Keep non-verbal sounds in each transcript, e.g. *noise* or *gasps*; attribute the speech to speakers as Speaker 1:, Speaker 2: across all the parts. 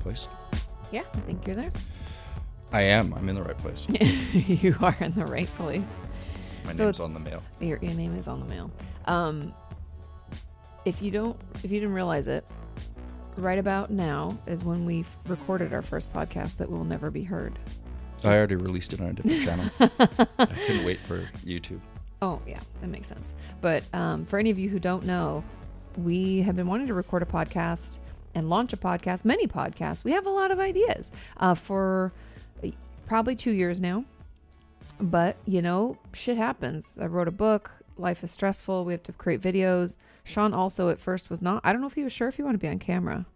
Speaker 1: place?
Speaker 2: Yeah, I think *laughs* you're there.
Speaker 1: I am. I'm in the right
Speaker 2: *laughs*
Speaker 1: place.
Speaker 2: you are in the right place.
Speaker 1: My
Speaker 2: So
Speaker 1: name's
Speaker 2: it's-
Speaker 1: on the mail.
Speaker 2: Your, your name is on the mail. Um, if you don't, if you didn't realize it, right about now is when we have recorded our first podcast that will never be heard.
Speaker 1: I already released it on a different
Speaker 2: *laughs*
Speaker 1: channel. I couldn't wait for YouTube.
Speaker 2: Oh, yeah, that makes sense. But um, for any of you who don't know, we have been wanting to record a podcast and launch a podcast, many podcasts. We have a lot of ideas uh, for uh, probably two years now. But, you know, shit happens. I wrote a book. Life is stressful. We have to create videos. Sean also at first was not. I don't know if he was sure if he wanted to be on camera.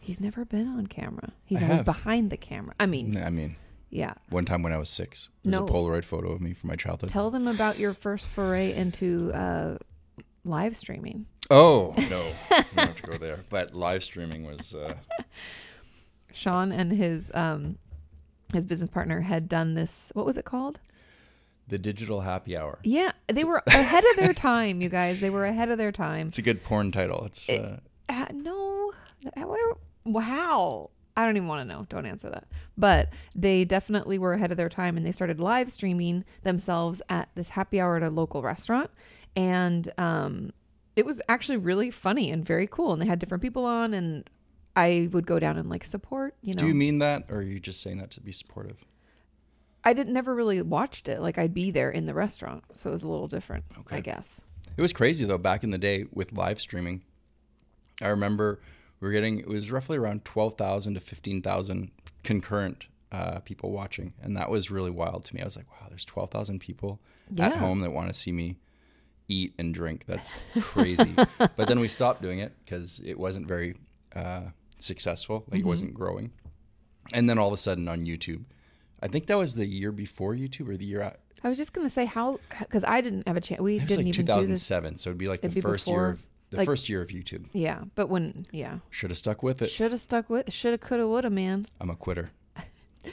Speaker 2: He's never been on camera. He's
Speaker 1: I
Speaker 2: always
Speaker 1: have.
Speaker 2: behind the camera. I mean,
Speaker 1: I mean,
Speaker 2: yeah.
Speaker 1: one time when I was six, there's
Speaker 2: No.
Speaker 1: a Polaroid photo of me from my childhood.
Speaker 2: Tell them about your first foray into uh, live streaming.
Speaker 1: oh no, we don't have to go there. But live streaming was uh,
Speaker 2: Sean and his um his business partner had done this what was it called?
Speaker 1: the digital happy hour.
Speaker 2: Yeah, they were ahead
Speaker 1: *laughs*
Speaker 2: of their time, you guys. They were ahead of their time.
Speaker 1: It's a good porn title. It's uh,
Speaker 2: Uh, no. Where, wow. I don't even want to know. Don't answer that. But they definitely were ahead of their time and they started live streaming themselves at this happy hour at a local restaurant. And um, it was actually really funny and very cool. And they had different people on, and I would go down and like support, you know.
Speaker 1: Do you mean that, or are you just saying that to be supportive?
Speaker 2: I didn't never really watched it. Like I'd be there in the restaurant, so it was a little different, I guess.
Speaker 1: It was crazy though. Back in the day with live streaming, I remember we were getting it was roughly around twelve thousand to fifteen thousand concurrent uh, people watching, and that was really wild to me. I was like, wow, there's twelve thousand people at
Speaker 2: Yeah.
Speaker 1: home that want to see me eat and drink. That's crazy. but then we stopped doing it because it wasn't very uh, successful. Like it wasn't growing. And then all of a sudden on YouTube, I think that was the year before YouTube or the year at,
Speaker 2: I was just gonna say how because I didn't have a chance. We
Speaker 1: it was
Speaker 2: didn't
Speaker 1: like
Speaker 2: even do this.
Speaker 1: 2007, so it'd be like the
Speaker 2: It'd be
Speaker 1: first year
Speaker 2: before-
Speaker 1: of the
Speaker 2: like-
Speaker 1: first year of YouTube.
Speaker 2: Yeah, but when yeah,
Speaker 1: Should have stuck with it.
Speaker 2: should have stuck with should have could have would have man.
Speaker 1: I'm a quitter.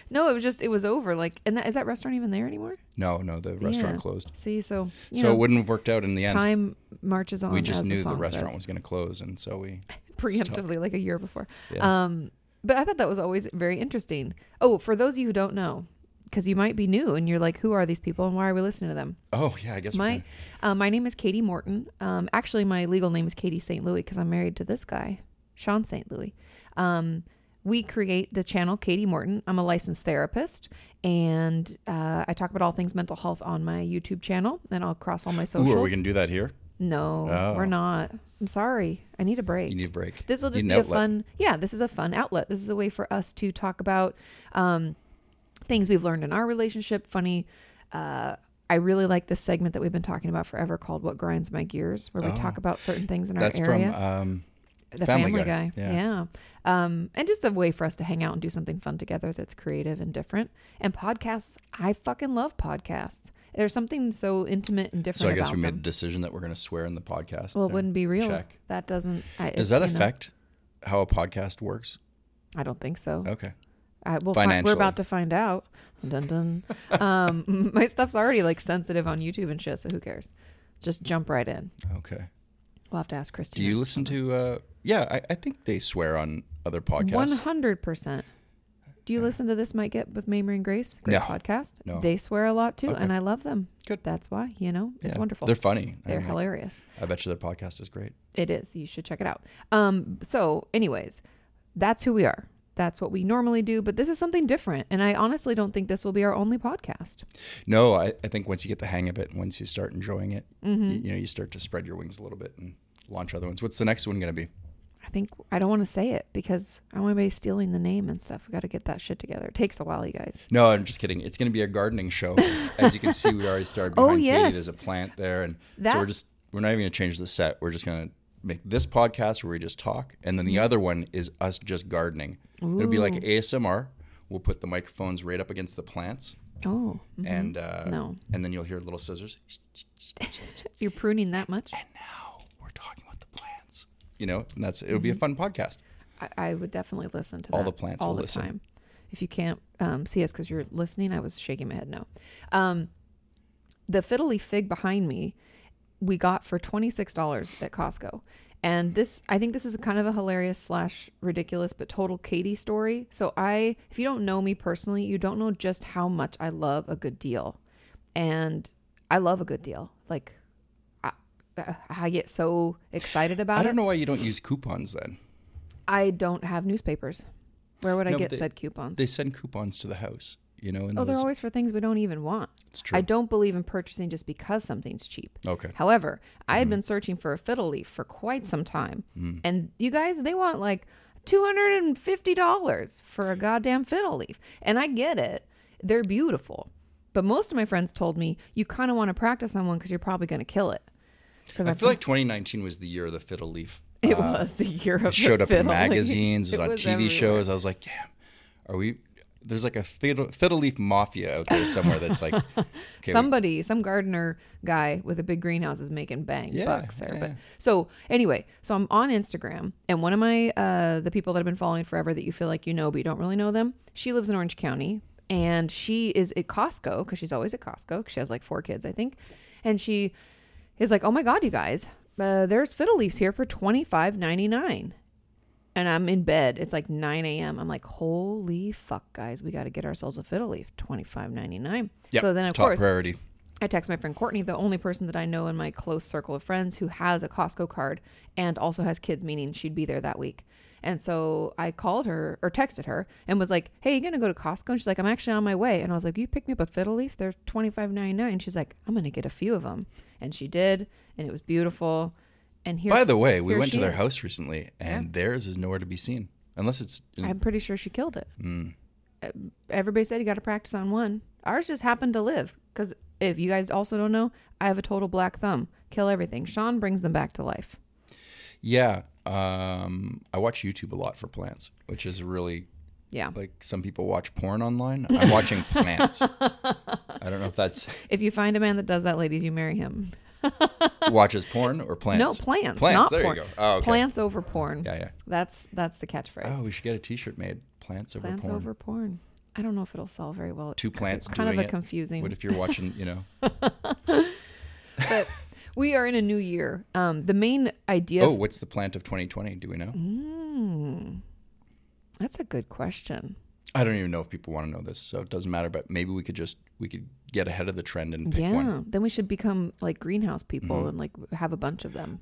Speaker 2: No, it was just it was over. Like and that is that restaurant even there anymore?
Speaker 1: No, no, the restaurant
Speaker 2: Yeah.
Speaker 1: closed,
Speaker 2: See, so you
Speaker 1: so
Speaker 2: know,
Speaker 1: it wouldn't have worked out in the end.
Speaker 2: time marches on.
Speaker 1: we just
Speaker 2: as
Speaker 1: knew the,
Speaker 2: song
Speaker 1: restaurant
Speaker 2: says.
Speaker 1: was going to close, and so we.
Speaker 2: preemptively like a year before.
Speaker 1: Yeah.
Speaker 2: Um, but I thought that was always very interesting. Oh, for those of you who don't know, because you might be new and you're like, who are these people and why are we listening to them?
Speaker 1: Oh yeah, I guess we're
Speaker 2: My
Speaker 1: gonna-
Speaker 2: uh, my name is Katie Morton. Um, actually, my legal name is Katie St. Louis because I'm married to this guy, Sean St. Louis. Um, we create the channel Katie Morton. I'm a licensed therapist, and uh, I talk about all things mental health on my YouTube channel. And I'll cross all my socials.
Speaker 1: Ooh, are we going to do that here?
Speaker 2: no,
Speaker 1: Oh.
Speaker 2: we're not. I'm sorry. I need a break
Speaker 1: You need a break.
Speaker 2: this will
Speaker 1: You
Speaker 2: just
Speaker 1: need
Speaker 2: be
Speaker 1: an
Speaker 2: a
Speaker 1: outlet.
Speaker 2: fun yeah this is a fun outlet this is a way for us to talk about um, things we've learned in our relationship funny uh, i really like this segment that we've been talking about forever called what grinds my gears where we talk about certain things in
Speaker 1: Oh. That's
Speaker 2: our area
Speaker 1: from um,
Speaker 2: the
Speaker 1: Family
Speaker 2: family,
Speaker 1: Guy.
Speaker 2: guy,
Speaker 1: Yeah.
Speaker 2: yeah, Um, and just a way for us to hang out and do something fun together that's creative and different and podcasts i fucking love podcasts there's something so intimate and different
Speaker 1: So I guess
Speaker 2: about
Speaker 1: we made a
Speaker 2: them
Speaker 1: decision that we're going to swear in the podcast.
Speaker 2: well it
Speaker 1: there.
Speaker 2: wouldn't be real
Speaker 1: Check.
Speaker 2: that doesn't I,
Speaker 1: Does
Speaker 2: it's,
Speaker 1: that
Speaker 2: you know,
Speaker 1: affect how a podcast works?
Speaker 2: i don't think so
Speaker 1: Okay.
Speaker 2: I, we'll find,
Speaker 1: Financially.
Speaker 2: we're about to find out. Dun, dun. um, *laughs* my stuff's already like sensitive on YouTube and shit, so who cares? Just jump right in.
Speaker 1: Okay.
Speaker 2: We'll have to ask Christy.
Speaker 1: Do you listen to? Uh, yeah, I, I think they swear on other podcasts.
Speaker 2: One hundred percent. Do you listen to this might get with Mamrie and Grace? Great
Speaker 1: No.
Speaker 2: podcast.
Speaker 1: No.
Speaker 2: They swear a lot too,
Speaker 1: Okay.
Speaker 2: and I love them.
Speaker 1: Good.
Speaker 2: That's why you know it's
Speaker 1: Yeah.
Speaker 2: wonderful.
Speaker 1: They're
Speaker 2: They're,
Speaker 1: funny. I mean,
Speaker 2: hilarious.
Speaker 1: I bet you their podcast is great.
Speaker 2: It is. You should check it out. Um. So, anyways, that's who we are. That's what we normally do, but this is something different. And I honestly don't think this will be our only podcast.
Speaker 1: No, I, I think once you get the hang of it, once you start enjoying it,
Speaker 2: Mm-hmm.
Speaker 1: you, you know, you start to spread your wings a little bit and launch other ones. What's the next one going to be?
Speaker 2: I think I don't want to say it because I want anybody stealing the name and stuff. We got to get that shit together. It takes a while, you guys.
Speaker 1: No, I'm just kidding. It's going to be a gardening
Speaker 2: *laughs*
Speaker 1: show. As you can see, we already started behind
Speaker 2: Oh,
Speaker 1: Katie.
Speaker 2: yes.
Speaker 1: There's a plant there, and so
Speaker 2: That-
Speaker 1: we're just we're not even going to change the set. We're just going to make this podcast where we just talk, and then the other one is us just gardening. It'll be like ASMR. We'll put the microphones right up against the plants,
Speaker 2: Oh,
Speaker 1: and uh,
Speaker 2: No.
Speaker 1: and then you'll hear little scissors.
Speaker 2: you're pruning that much?
Speaker 1: now we're talking about the plants. You know, and that's it'll be a
Speaker 2: Mm-hmm.
Speaker 1: fun podcast.
Speaker 2: I, I would definitely listen to
Speaker 1: All
Speaker 2: that
Speaker 1: the plants
Speaker 2: all
Speaker 1: will
Speaker 2: the
Speaker 1: listen.
Speaker 2: time. If you can't um, see us because you're listening, I was shaking my head no. Um, the fiddly fig behind me, we got for twenty six dollars at Costco, And this, I think this is kind of a hilarious slash ridiculous, but total Katie story. So I, if you don't know me personally, you don't know just how much I love a good deal, and I love a good deal. Like, I, I get so excited about
Speaker 1: I
Speaker 2: it.
Speaker 1: don't know why you don't use coupons then.
Speaker 2: I don't have newspapers. Where would I
Speaker 1: No, but
Speaker 2: get
Speaker 1: they-
Speaker 2: said coupons?
Speaker 1: They send coupons to the house, you know, and
Speaker 2: oh, they're
Speaker 1: those-
Speaker 2: always for things we don't even want.
Speaker 1: it's true. Oh,
Speaker 2: I don't believe in purchasing just because something's cheap.
Speaker 1: okay. Mm-hmm.
Speaker 2: However, I had been searching for a fiddle leaf for quite some time. And you guys, they want like $250 for a goddamn fiddle leaf. And I get it, they're beautiful. But most of my friends told me you kind of want to practice on one because you're probably going to kill it. Because
Speaker 1: I feel like 2019 was the year of the fiddle leaf.
Speaker 2: *laughs* it was the year of the
Speaker 1: showed up in
Speaker 2: fiddle leaf.
Speaker 1: magazines, was
Speaker 2: It
Speaker 1: on
Speaker 2: was
Speaker 1: TV
Speaker 2: everywhere.
Speaker 1: shows. I was like, damn, are we? There's like a fiddle, fiddle leaf mafia out there somewhere that's
Speaker 2: *laughs*
Speaker 1: like, okay, we-
Speaker 2: somebody, some gardener guy with a big greenhouse is making bang
Speaker 1: Yeah,
Speaker 2: bucks there. But
Speaker 1: yeah.
Speaker 2: so anyway, so I'm on Instagram, and one of my uh, the people that I've been following forever that you feel like you know but you don't really know them. She lives in Orange County, and she is at Costco because she's always at Costco. 'cause She has like four kids, I think, and she is like, "Oh my god, you guys, uh, there's fiddle leaves here for twenty five ninety nine and I'm in bed. It's like 9 a.m. I'm like, holy fuck, guys, we got to get ourselves a fiddle leaf, twenty five ninety nine.
Speaker 1: yep,
Speaker 2: so then, of
Speaker 1: top
Speaker 2: course,
Speaker 1: priority.
Speaker 2: I text my friend Courtney, the only person that I know in my close circle of friends who has a Costco card and also has kids, meaning she'd be there that week. And so I called her or texted her and was like, "Hey, you gonna go to Costco?" And she's like, "I'm actually on my way." And I was like, "You pick me up a fiddle leaf? They're twenty five ninety nine. She's like, "I'm gonna get a few of them," and she did, and it was beautiful. And here,
Speaker 1: By the way, we
Speaker 2: here
Speaker 1: went to
Speaker 2: she
Speaker 1: their
Speaker 2: is.
Speaker 1: house recently, and theirs is nowhere to be seen unless it's. In,
Speaker 2: I'm pretty sure she killed it.
Speaker 1: Mm.
Speaker 2: Uh, Everybody said you got to practice on one. Ours just happened to live because if you guys also don't know, I have a total black thumb. Kill everything. Sean brings them back to life.
Speaker 1: yeah, um, I watch YouTube a lot for plants, which is really
Speaker 2: Yeah.
Speaker 1: like some people watch porn online.
Speaker 2: *laughs*
Speaker 1: I'm watching plants. I don't know if that's
Speaker 2: If you find a man that does that, ladies, you marry him.
Speaker 1: watches porn or plants.
Speaker 2: No plants.
Speaker 1: Plants.
Speaker 2: Not
Speaker 1: there
Speaker 2: porn.
Speaker 1: you go. Oh, okay.
Speaker 2: Plants over porn.
Speaker 1: Yeah, yeah.
Speaker 2: That's that's the catchphrase.
Speaker 1: Oh, we should get a T-shirt made. Plants over
Speaker 2: plants
Speaker 1: porn.
Speaker 2: over porn. I don't know if it'll sell very well. It's
Speaker 1: Two
Speaker 2: ki-
Speaker 1: plants
Speaker 2: Kind
Speaker 1: doing
Speaker 2: of a
Speaker 1: it.
Speaker 2: confusing.
Speaker 1: What if you're watching? You
Speaker 2: *laughs*
Speaker 1: know. *laughs*
Speaker 2: but we are in a new year. Um, the main idea. Hmm.
Speaker 1: Oh, what's the plant of 2020? Do we
Speaker 2: Mm-hmm.
Speaker 1: know?
Speaker 2: That's a good question.
Speaker 1: I don't even know if people want to know this, so it doesn't matter. But maybe we could just we could get ahead of the trend and pick
Speaker 2: yeah.
Speaker 1: one. Mm-hmm.
Speaker 2: Then we should become like greenhouse people and like have a bunch of them.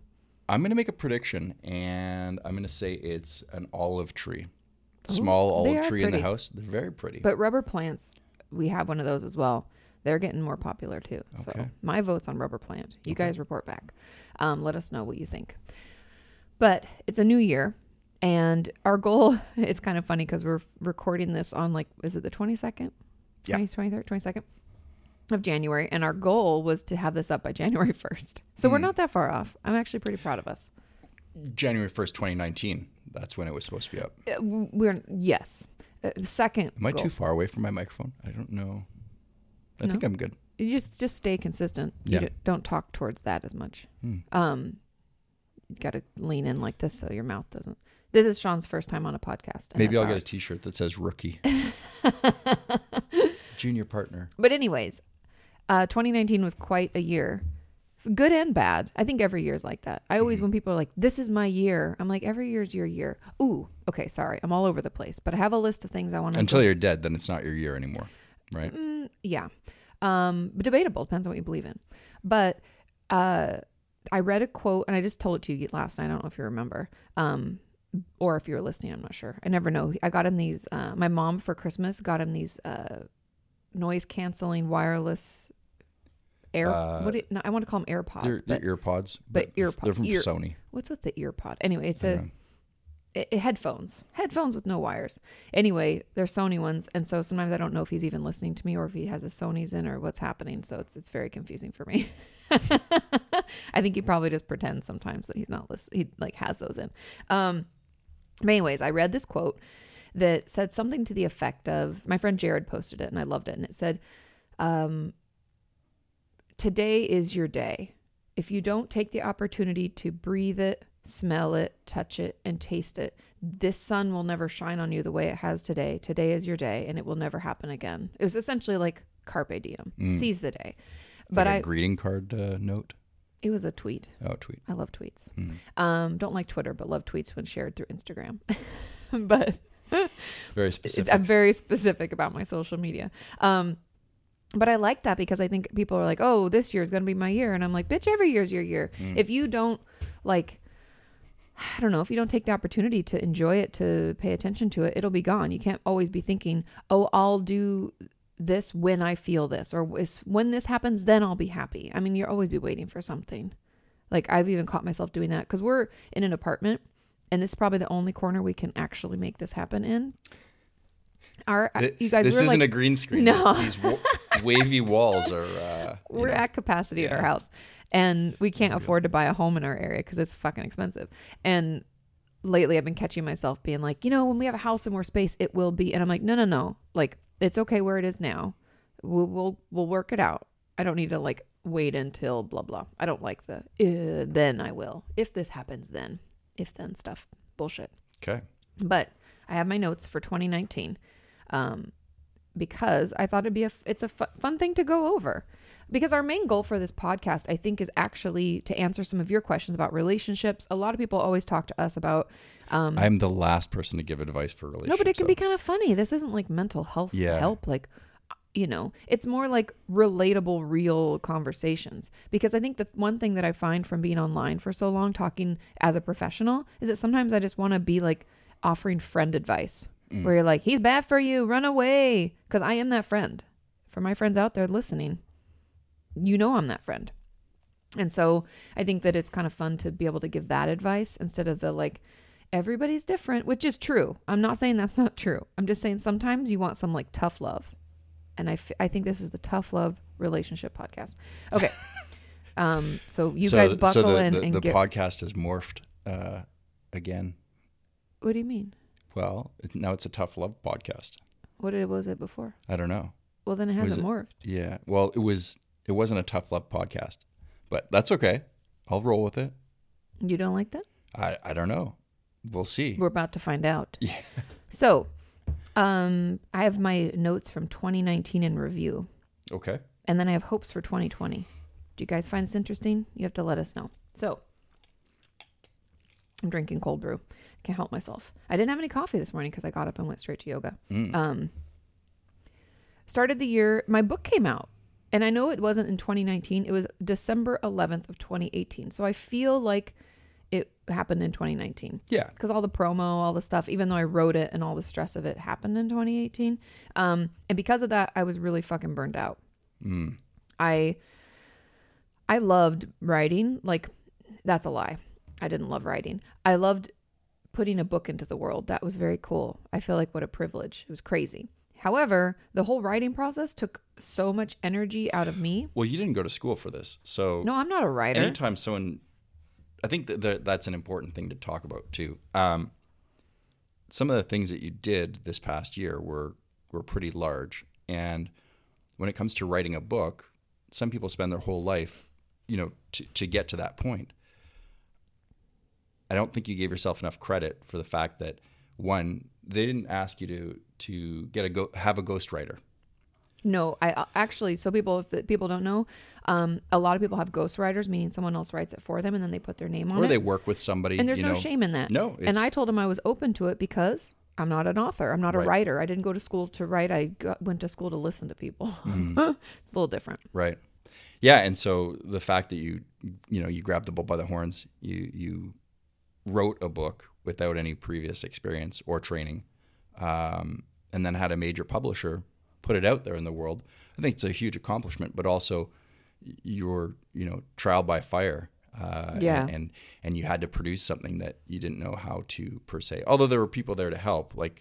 Speaker 1: I'm gonna make a prediction, and I'm gonna say it's an olive tree, small
Speaker 2: they
Speaker 1: olive
Speaker 2: are
Speaker 1: tree in
Speaker 2: pretty.
Speaker 1: the house. They're very pretty.
Speaker 2: But rubber plants, we have one of those as well. They're getting more popular too. So
Speaker 1: Okay.
Speaker 2: my vote's on rubber plant. You guys report back. Um, let us know what you think. But it's a new year. And our goal, *laughs* it's kind of funny because we're recording this on like, is it the 22nd?
Speaker 1: Yeah.
Speaker 2: 20, 23rd, 22nd of January. And our goal was to have this up by January *laughs* 1st. So
Speaker 1: Mm.
Speaker 2: we're not that far off. I'm actually pretty proud of us.
Speaker 1: January 1st, 2019. That's when it was supposed to be up.
Speaker 2: Uh, w- We're, yes. Uh, second.
Speaker 1: Am I
Speaker 2: goal.
Speaker 1: too far away from my microphone? I don't know. I
Speaker 2: No.
Speaker 1: think I'm good.
Speaker 2: you just just stay consistent. You
Speaker 1: Yeah.
Speaker 2: d- don't talk towards that as much.
Speaker 1: Hmm.
Speaker 2: Um, you got to lean in like this so your mouth doesn't. This is Sean's first time on a podcast. and
Speaker 1: Maybe
Speaker 2: that's
Speaker 1: I'll get
Speaker 2: ours.
Speaker 1: a T-shirt that says rookie,
Speaker 2: *laughs*
Speaker 1: junior partner.
Speaker 2: But anyways, uh, 2019 was quite a year, good and bad. I think every year's like that. I
Speaker 1: Mm-hmm.
Speaker 2: always, when people are like, "This is my year," I'm like, "Every year's your year." Ooh, okay, sorry, I'm all over the place, but I have a list of things I want to.
Speaker 1: Until you're dead, then it's not your year anymore, right?
Speaker 2: Mm, yeah. Um, but debatable. Depends on what you believe in. But uh, I read a quote, and I just told it to you last night. I don't know if you remember, um, or if you were listening. I'm not sure. I never know. I got him these. Uh, my mom for Christmas got him these uh, noise canceling wireless air.
Speaker 1: Uh,
Speaker 2: what do you, no, I want to call them AirPods.
Speaker 1: They're, they're
Speaker 2: but
Speaker 1: ear pods,
Speaker 2: but ear pod-
Speaker 1: they're from
Speaker 2: ear-
Speaker 1: Sony.
Speaker 2: what's with the ear pod? Anyway, it's a
Speaker 1: Yeah.
Speaker 2: i- i- headphones, headphones with no wires. Anyway, they're Sony ones, and so sometimes I don't know if he's even listening to me or if he has his Sony's in or what's happening. So it's it's very confusing for me. *laughs* I think he probably just pretends sometimes that he's not listening. He like has those in. Um, but anyways, I read this quote that said something to the effect of my friend Jared posted it and I loved it, and it said, um, "Today is your day. If you don't take the opportunity to breathe it." smell it, touch it, and taste it. This sun will never shine on you the way it has today. Today is your day, and it will never happen again. It was essentially like carpe diem, seize the day.
Speaker 1: But
Speaker 2: But I
Speaker 1: greeting card uh, note.
Speaker 2: It was a tweet.
Speaker 1: Oh, tweet.
Speaker 2: I love tweets.
Speaker 1: Mm.
Speaker 2: Um, don't like Twitter, but love tweets when shared through Instagram. *laughs* but
Speaker 1: Very
Speaker 2: it's-
Speaker 1: specific.
Speaker 2: I'm very specific about my social media. Um, but I like that because I think people are like, "Oh, this year is going to be my year," and I'm like, "Bitch, every year's your year. If you don't like." I don't know if you don't take the opportunity to enjoy it, to pay attention to it, it'll be gone. You can't always be thinking, "Oh, I'll do this when I feel this," or "It's- "When this happens, then I'll be happy." I mean, you'll always be waiting for something. Like I've even caught myself doing that because we're in an apartment, and this is probably the only corner we can actually make this happen in. Our
Speaker 1: Th-
Speaker 2: you guys,
Speaker 1: this
Speaker 2: we're
Speaker 1: isn't
Speaker 2: like,
Speaker 1: a green screen.
Speaker 2: No.
Speaker 1: These,
Speaker 2: *laughs*
Speaker 1: these wa- wavy walls are. Uh, you
Speaker 2: we're
Speaker 1: know,
Speaker 2: at capacity at our
Speaker 1: Yeah.
Speaker 2: house and we can't afford to buy a home in our area because it's fucking expensive and lately i've been catching myself being like you know when we have a house and more space it will be and i'm like no no no like it's okay where it is now we'll we'll, we'll work it out i don't need to like wait until blah blah i don't like the uh, then i will if this happens then if then stuff bullshit
Speaker 1: okay.
Speaker 2: but I have my notes for 2019 um, because I thought it'd be a f- it's a fu- fun thing to go over because our main goal for this podcast I think is actually to answer some of your questions about relationships. A lot of people always talk to us about um,
Speaker 1: I'm the last person to give advice for relationships.
Speaker 2: no, but it can
Speaker 1: though.
Speaker 2: be kind of funny. This isn't like mental health
Speaker 1: Yeah.
Speaker 2: help like uh, you know, it's more like relatable, real conversations. Because I think the one thing that I find from being online for so long, talking as a professional, is that sometimes I just want to be like offering friend advice where you're like, he's bad for you, run away. Because I am that friend. For my friends out there listening, you know I'm that friend. And so I think that it's kind of fun to be able to give that advice instead of the like, everybody's different, which is true. I'm not saying that's *laughs* not true. I'm just saying sometimes you want some like tough love and I, f- I think this is the tough love relationship podcast.
Speaker 1: *laughs*
Speaker 2: Okay. um, so you
Speaker 1: so,
Speaker 2: guys
Speaker 1: th-
Speaker 2: buckle
Speaker 1: so the,
Speaker 2: in
Speaker 1: the,
Speaker 2: and
Speaker 1: the
Speaker 2: get.
Speaker 1: podcast has morphed uh, again.
Speaker 2: what do you mean?
Speaker 1: Well, it- now it's a tough love podcast.
Speaker 2: What it, was it before?
Speaker 1: I don't know.
Speaker 2: Well, then it
Speaker 1: Was
Speaker 2: hasn't morphed.
Speaker 1: Yeah. Well, it was. It wasn't a tough love podcast, but that's okay. I'll roll with it.
Speaker 2: You don't like that?
Speaker 1: I I don't know. We'll see.
Speaker 2: We're about to find out.
Speaker 1: Yeah.
Speaker 2: So, um, I have my notes from 2019 in review,
Speaker 1: Okay.
Speaker 2: and then I have hopes for 2020. Do you guys find this interesting? You have to let us know. So, I'm drinking cold brew. I can't help myself. I didn't have any coffee this morning because I got up and went straight to yoga.
Speaker 1: Mm.
Speaker 2: um started the year my book came out and i know it wasn't in 2019 it was december 11th of 2018 so i feel like it happened in 2019
Speaker 1: yeah.
Speaker 2: because all the promo all the stuff even though i wrote it and all the stress of it happened in 2018 um and because of that i was really fucking burned out
Speaker 1: Mm.
Speaker 2: I I loved writing. Like that's a lie. I didn't love writing. I loved putting a book into the world. That was very cool. I feel like what a privilege. It was crazy. However, the whole writing process took so much energy out of me.
Speaker 1: Well, you didn't go to school for this, so
Speaker 2: No, I'm not a writer.
Speaker 1: anytime someone i think that that that's an important thing to talk about too um, some of the things that you did this past year were were pretty large and when it comes to writing a book some people spend their whole life you know to, to get to that point i don't think you gave yourself enough credit for the fact that one they didn't ask you to to get a go have a ghostwriter
Speaker 2: No, I uh, actually. So people, if the- people don't know, um, a lot of people have ghostwriters, meaning someone else writes it for them and then they put their name on
Speaker 1: or
Speaker 2: it.
Speaker 1: they work with somebody
Speaker 2: And there's
Speaker 1: you
Speaker 2: no
Speaker 1: know
Speaker 2: shame in that.
Speaker 1: No,
Speaker 2: and
Speaker 1: it's-
Speaker 2: I told him I was open to it because I'm not an author. I'm not a
Speaker 1: Right.
Speaker 2: writer. I didn't go to school to write. I got, went to school to listen to people. *laughs*
Speaker 1: Mm-hmm.
Speaker 2: it's a little different.
Speaker 1: Right. Yeah, and so the fact that you you know you grabbed the bull by the horns, you you wrote a book without any previous experience or training, um, and then had a major publisher put it out there in the world. I think it's a huge accomplishment, but also your you know trial by fire. Uh,
Speaker 2: Yeah.
Speaker 1: and, and and you had to produce something that you didn't know how to per se. Although there were people there to help, like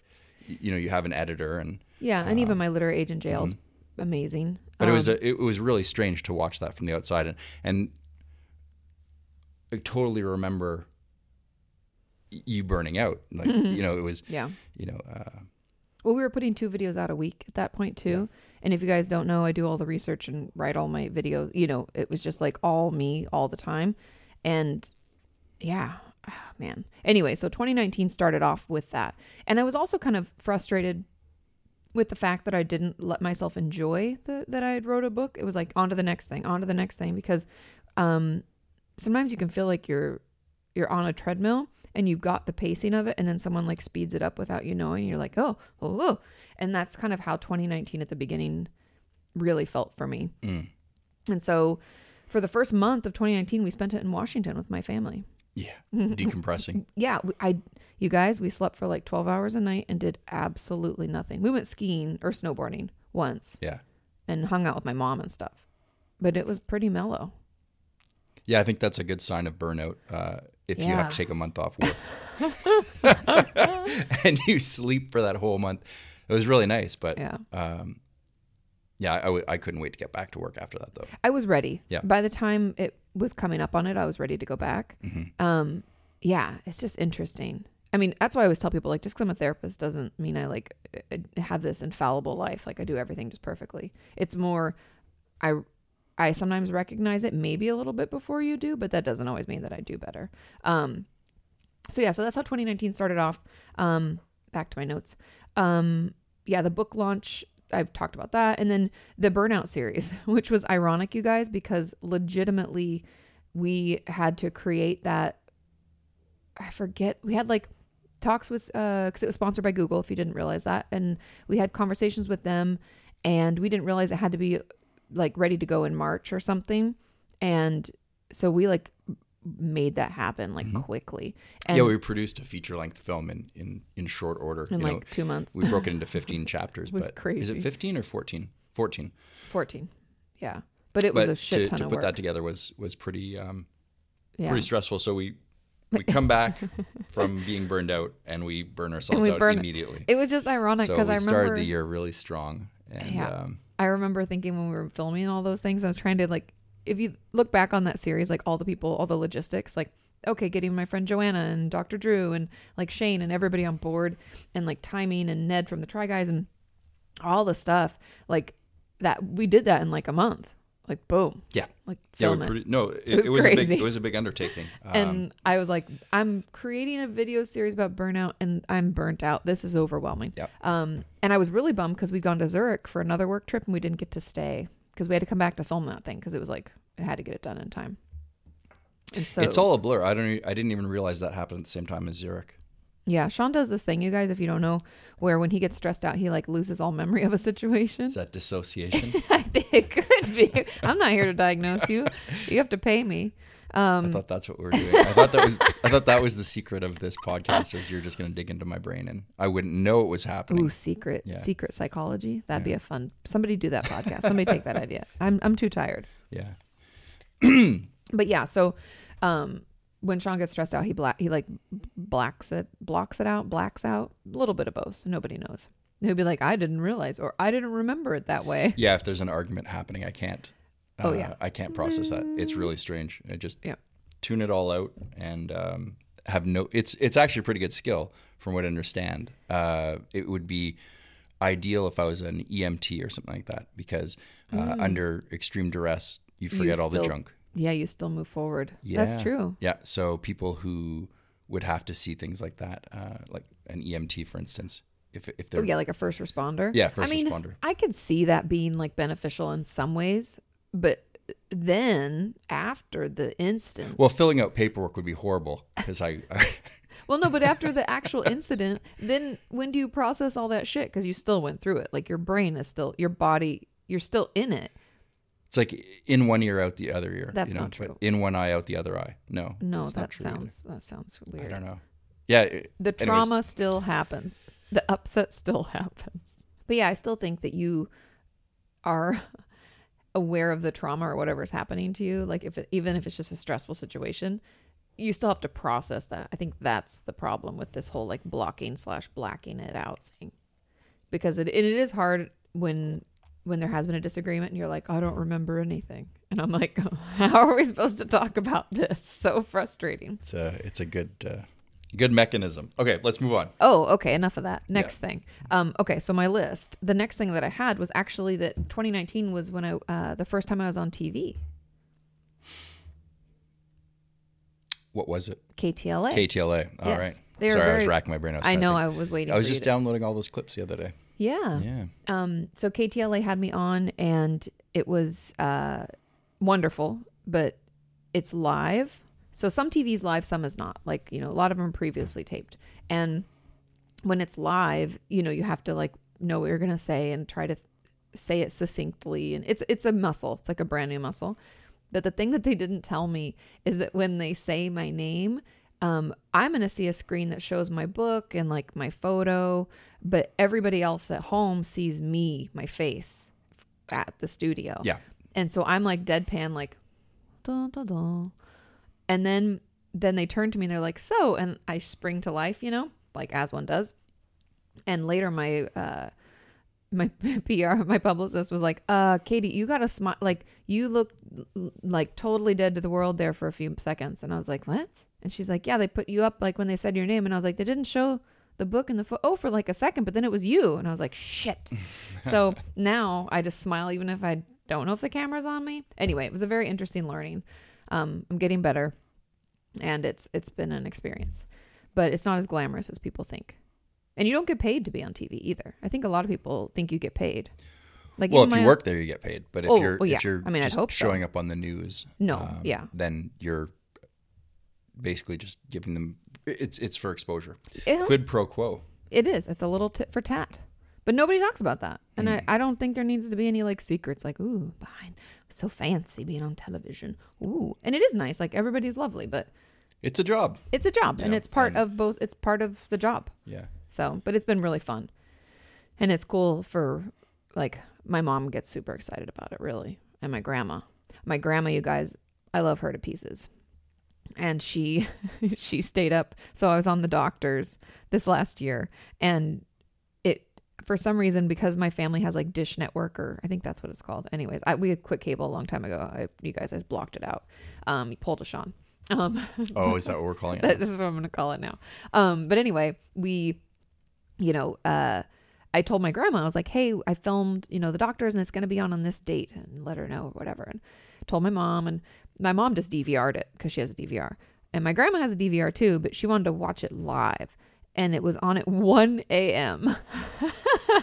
Speaker 1: y- you know you have an editor and
Speaker 2: Yeah, and even my literary agent jail's amazing.
Speaker 1: Mm-hmm. but it was
Speaker 2: Um,
Speaker 1: it was really strange to watch that from the outside, and and I totally remember y- you burning out. Like
Speaker 2: Mm-hmm.
Speaker 1: you know, it was
Speaker 2: yeah.
Speaker 1: you know, uh,
Speaker 2: Well, we were putting two videos out a week at that point too. And if you guys don't know, I do all the research and write all my videos. You know, it was just like all me all the time, and yeah, ah, man. Anyway, so 2019 started off with that, and I was also kind of frustrated with the fact that I didn't let myself enjoy the, that I had wrote a book. It was like on to the next thing, on to the next thing, because um, sometimes you can feel like you're you're on a treadmill and you've got the pacing of it and then someone like speeds it up without you knowing you're like oh oh, oh. and that's kind of how 2019 at the beginning really felt for me and so for the first month of 2019 we spent it in washington with my family *laughs*
Speaker 1: Yeah. Decompressing.
Speaker 2: yeah we, i you guys we slept for like 12 hours a night and did absolutely nothing we went skiing or snowboarding once
Speaker 1: Yeah.
Speaker 2: and hung out with my mom and stuff but it was pretty mellow
Speaker 1: Yeah, I think that's a good sign of burnout. Uh, if you
Speaker 2: Yeah.
Speaker 1: have to take a month off
Speaker 2: *laughs*
Speaker 1: work *laughs* and you sleep for that whole month, it was really nice. But yeah,
Speaker 2: yeah
Speaker 1: yeah I, w- I couldn't wait to get back to work after that, though.
Speaker 2: I was ready.
Speaker 1: Yeah.
Speaker 2: By the time it was coming up on it, I was ready to go back. Um, yeah, it's just interesting. I mean, that's why I always tell people like, just because I'm a therapist doesn't mean I like uh, have this infallible life. Like I do everything just perfectly. It's more, I, I sometimes recognize it maybe a little bit before you do, but that doesn't always mean that I do better. Um, so yeah, so that's how 2019 started off. Um, back to my notes. Um, yeah, the book launch, I've talked about that. And then the burnout series, *laughs* which was ironic, you guys, because legitimately we had to create that. I forget, we had like talks with, because it was sponsored by Google, if you didn't realize that. And we had conversations with them, and we didn't realize it had to be like ready to go in March or something. And so we like made that happen like quickly.
Speaker 1: Mm-hmm.
Speaker 2: And
Speaker 1: yeah, we produced a feature length film in, in, in short order.
Speaker 2: in
Speaker 1: you
Speaker 2: like
Speaker 1: know,
Speaker 2: two months.
Speaker 1: we broke it into 15
Speaker 2: *laughs*
Speaker 1: chapters.
Speaker 2: was
Speaker 1: but Is
Speaker 2: crazy.
Speaker 1: it 15 or 14? 14.
Speaker 2: 14. Yeah. But it was
Speaker 1: But
Speaker 2: a shit
Speaker 1: to,
Speaker 2: ton
Speaker 1: to
Speaker 2: of
Speaker 1: put
Speaker 2: work.
Speaker 1: that together was, was pretty, um,
Speaker 2: yeah.
Speaker 1: pretty stressful. So we, we come
Speaker 2: *laughs*
Speaker 1: back from being burned out and we burn ourselves
Speaker 2: we
Speaker 1: out
Speaker 2: burn-
Speaker 1: immediately.
Speaker 2: It was just ironic
Speaker 1: so
Speaker 2: because
Speaker 1: we
Speaker 2: I remember
Speaker 1: started the year really strong. And,
Speaker 2: Yeah.
Speaker 1: um,
Speaker 2: I remember thinking when we were filming all those things, I was trying to like if you look back on that series, like all the people, all the logistics, like okay, getting my friend Joanna and Dr. Drew and like Shane and everybody on board and like timing and Ned from the Try Guys and all the stuff, like that we did that in like a month. Like boom.
Speaker 1: yeah.
Speaker 2: Like
Speaker 1: Yeah, we
Speaker 2: film it.
Speaker 1: produ- no, it, it was,
Speaker 2: was
Speaker 1: a big,
Speaker 2: crazy.
Speaker 1: it was a big undertaking. Um,
Speaker 2: and I was like, I'm creating a video series about burnout, and I'm burnt out. This is overwhelming.
Speaker 1: Yep.
Speaker 2: Um, and I was really bummed because we'd gone to Zurich for another work trip, and we didn't get to stay because we had to come back to film that thing because it was like I had to get it done in time. And so
Speaker 1: it's all a blur. I don't. e- I didn't even realize that happened at the same time as Zurich.
Speaker 2: yeah, Sean does this thing, you guys, if you don't know, where when he gets stressed out, he like loses all memory of a situation.
Speaker 1: It's that dissociation.
Speaker 2: *laughs* I think it could be. I'm not here to diagnose you. You have to pay me. Um,
Speaker 1: I thought that's what we were doing. I thought that was. I thought that was the secret of this podcast. Is you're just going to dig into my brain and I wouldn't know it was happening.
Speaker 2: Ooh, secret,
Speaker 1: Yeah.
Speaker 2: secret psychology. That'd be a fun. Somebody do that podcast. Somebody take that idea. I'm I'm too tired.
Speaker 1: Yeah.
Speaker 2: But yeah, so um, when Sean gets stressed out, he black he like blacks it, blocks it out, blacks out a little bit of both. Nobody knows. He'll be like, I didn't realize, or I didn't remember it that way. *laughs*
Speaker 1: Yeah. If there's an argument happening, I can't. Uh,
Speaker 2: Oh, yeah.
Speaker 1: I can't process that. It's really strange. I just
Speaker 2: Yeah.
Speaker 1: tune it all out and um, have no. It's it's actually a pretty good skill from what I understand. Uh, it would be ideal if I was an EMT or something like that because uh, under extreme duress, you forget all the
Speaker 2: Mm. still-
Speaker 1: junk.
Speaker 2: Yeah, you still move forward.
Speaker 1: Yeah.
Speaker 2: That's true.
Speaker 1: Yeah. So people who would have to see things like that, uh, like an EMT, for instance, if if they're
Speaker 2: Oh yeah, like a first responder.
Speaker 1: Yeah, first
Speaker 2: I mean,
Speaker 1: responder.
Speaker 2: I could see that being like beneficial in some ways, but uh, then after the instance,
Speaker 1: well, filling out paperwork would be horrible because I, I *laughs*
Speaker 2: Well, no, but after the actual incident, then when do you process all that shit? Because you still went through it. Like your brain is still, your body, you're still in it.
Speaker 1: it's like in one ear out the other ear.
Speaker 2: That's
Speaker 1: you know,
Speaker 2: not true.
Speaker 1: But in one eye out the other eye. No.
Speaker 2: No,
Speaker 1: that's not
Speaker 2: that
Speaker 1: true either.
Speaker 2: sounds that sounds
Speaker 1: I
Speaker 2: weird.
Speaker 1: don't know. Yeah. it-
Speaker 2: The
Speaker 1: anyways,
Speaker 2: trauma still happens. The upset still *laughs* happens. But yeah, I still think that you are *laughs* aware of the trauma or whatever's happening to you. Like if it, even if it's just a stressful situation, you still have to process that. I think that's the problem with this whole like blocking slash blacking it out thing, because it it is hard when when there has been a disagreement and you're like, I don't remember anything, and I'm like, *laughs* how are we supposed to talk about this? *laughs* So frustrating.
Speaker 1: It's a it's a good uh, good mechanism. Okay, let's move on.
Speaker 2: Oh, okay. Enough of that. Next thing. Um, okay, so my list. The next thing that I had was actually that 2019 was when I uh, the first time I was on TV.
Speaker 1: What was it?
Speaker 2: KTLA.
Speaker 1: KTLA. All
Speaker 2: Yes.
Speaker 1: right.
Speaker 2: They are
Speaker 1: Sorry, I was
Speaker 2: very-
Speaker 1: racking my brain. I, was
Speaker 2: I
Speaker 1: trying to
Speaker 2: know.
Speaker 1: think.
Speaker 2: I was waiting.
Speaker 1: I was
Speaker 2: for you
Speaker 1: just
Speaker 2: to-
Speaker 1: downloading all those clips the other day.
Speaker 2: Yeah.
Speaker 1: Yeah.
Speaker 2: Um. So KTLA had me on, and it was uh wonderful, but it's live. So some TV's live, some is not. Like, you know, a lot of them are previously taped. And when it's live, you know, you have to like know what you're going to say and try to th- say it succinctly and it's it's a muscle. It's like a brand new muscle. But the thing that they didn't tell me is that when they say my name, um, I'm going to see a screen that shows my book and like my photo, but everybody else at home sees me, my face f- at the studio.
Speaker 1: Yeah.
Speaker 2: And so I'm like deadpan, like, dun, dun, dun. and then then they turn to me and they're like, so, and I spring to life, you know, like as one does. And later, my uh, my *laughs* PR, my publicist was like, uh, Katie, you got a smile. Like, you looked l- like totally dead to the world there for a few seconds. And I was like, what? And she's like, yeah, they put you up like when they said your name. And I was like, they didn't show the book and the photo oh, for like a second, but then it was you. And I was
Speaker 1: *laughs*
Speaker 2: like, shit. so now I just smile, even if I don't know if the camera's on me. Anyway, it was a very interesting learning. Um, I'm getting better and it's it's been an experience but it's not as glamorous as people think and you don't get paid to be on tv either i think a lot of people think you get paid like
Speaker 1: Well,
Speaker 2: even
Speaker 1: if you
Speaker 2: my-
Speaker 1: work there, you get paid. But if
Speaker 2: Oh,
Speaker 1: you're
Speaker 2: well, yeah.
Speaker 1: if you're
Speaker 2: I mean, I'd
Speaker 1: just
Speaker 2: hope so.
Speaker 1: showing up on the news, um,
Speaker 2: No, yeah.
Speaker 1: then you're basically just giving them. It's it's for exposure.
Speaker 2: Yeah.
Speaker 1: Quid pro quo.
Speaker 2: it is it's a little tit for tat but nobody talks about that and I, I don't think there needs to be any like secrets like ooh behind so fancy being on television ooh and it is nice like everybody's lovely but
Speaker 1: It's a job.
Speaker 2: it's a job and
Speaker 1: Yeah,
Speaker 2: it's part of both it's part of the job
Speaker 1: Yeah.
Speaker 2: So, but it's been really fun. And it's cool for like my mom gets super excited about it, really. And my grandma. My grandma, you guys, I love her to pieces. And she *laughs* she stayed up. So I was on the doctors this last year and it for some reason because my family has like Dish Network or I think that's what it's called. Anyways, I, we had quit cable a long time ago. I, you guys, I just blocked it out. Um, pulled a Sean. Um,
Speaker 1: Oh, is that what we're calling
Speaker 2: *laughs*
Speaker 1: it?
Speaker 2: that, this is what I'm going to call it now. Um, but anyway, we, you know, uh, I told my grandma, I was like, hey, I filmed, you know, the doctors and it's going to be on on this date and let her know or whatever. And told my mom, and my mom just DVR'd it because she has a DVR. And my grandma has a DVR too, but she wanted to watch it live. And it was on at 1 a.m. *laughs*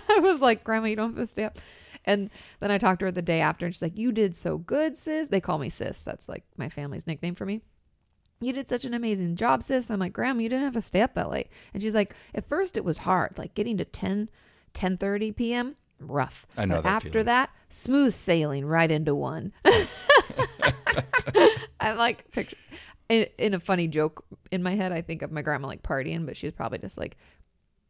Speaker 2: I was like, Grandma, you don't have to stay up. And then I talked to her the day after, and she's like, You did so good, sis. They call me sis. That's like my family's nickname for me you did such an amazing job, sis. I'm like, Grandma, you didn't have to stay up that late. And she's like, at first it was hard, like getting to 10, 10 p.m., rough.
Speaker 1: I know
Speaker 2: But
Speaker 1: that
Speaker 2: after
Speaker 1: feeling.
Speaker 2: that, smooth sailing right
Speaker 1: *laughs*
Speaker 2: into one. I like picture in, in a funny joke in my head. I think of my grandma like partying, but she's probably just like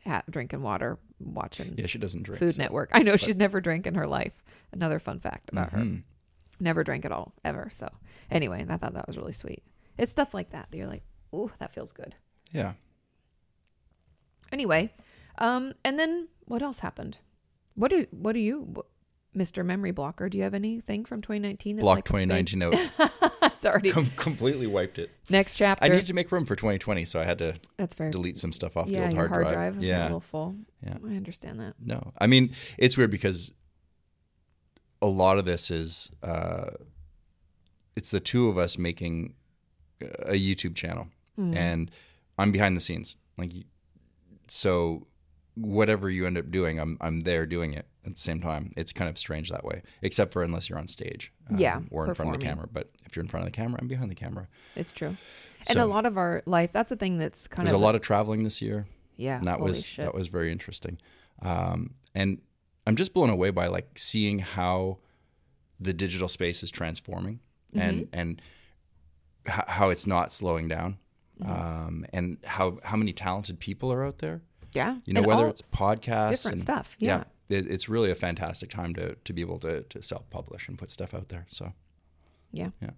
Speaker 2: ha- drinking water, watching
Speaker 1: yeah, she doesn't drink.
Speaker 2: Food
Speaker 1: so-
Speaker 2: Network. I know she's never drank in her life. Another fun fact about
Speaker 1: Mm-hmm.
Speaker 2: her. Never drank at all, ever. So, anyway, I thought that was really sweet. It's stuff like that that you're like, ooh, that feels good.
Speaker 1: Yeah.
Speaker 2: Anyway, um, and then what else happened? What do what do you, wh- Mr. Memory Blocker? Do you have anything from 2019? That's
Speaker 1: Block
Speaker 2: like *laughs* a big-
Speaker 1: 2019 out.
Speaker 2: It's
Speaker 1: *laughs*
Speaker 2: already
Speaker 1: Com- completely wiped it.
Speaker 2: next chapter.
Speaker 1: I needed to make room for 2020, so I had to
Speaker 2: That's very
Speaker 1: delete some stuff off the
Speaker 2: yeah.
Speaker 1: old
Speaker 2: Your
Speaker 1: hard, drive.
Speaker 2: is a
Speaker 1: Yeah.
Speaker 2: little full.
Speaker 1: Yeah.
Speaker 2: I understand that.
Speaker 1: No, I mean it's weird because a lot of this is uh, it's the two of us making a YouTube channel,
Speaker 2: Hmm.
Speaker 1: and I'm behind the scenes. Like, y- so whatever you end up doing, I'm I'm there doing it at the same time. It's kind of strange that way, except for unless you're on stage, um,
Speaker 2: Yeah,
Speaker 1: or in front of the
Speaker 2: performing.
Speaker 1: camera. But if you're in front of the camera, I'm behind the camera.
Speaker 2: It's true. and
Speaker 1: So-
Speaker 2: a lot of our life. That's the thing that's kind
Speaker 1: There's a
Speaker 2: of
Speaker 1: lot of traveling this year.
Speaker 2: yeah.
Speaker 1: And that
Speaker 2: holy
Speaker 1: was
Speaker 2: shit.
Speaker 1: that was very interesting. Um, and I'm just blown away by like seeing how the digital space is transforming
Speaker 2: Mm-hmm.
Speaker 1: and and h- how it's not slowing down.
Speaker 2: Mm-hmm.
Speaker 1: Um, and how how many talented people are out there?
Speaker 2: yeah.
Speaker 1: You know,
Speaker 2: And
Speaker 1: whether
Speaker 2: all
Speaker 1: it's podcasts,
Speaker 2: different
Speaker 1: and-
Speaker 2: stuff. yeah.
Speaker 1: it, it's really a fantastic time to to be able to to self publish and put stuff out there. So
Speaker 2: Yeah.
Speaker 1: Yeah.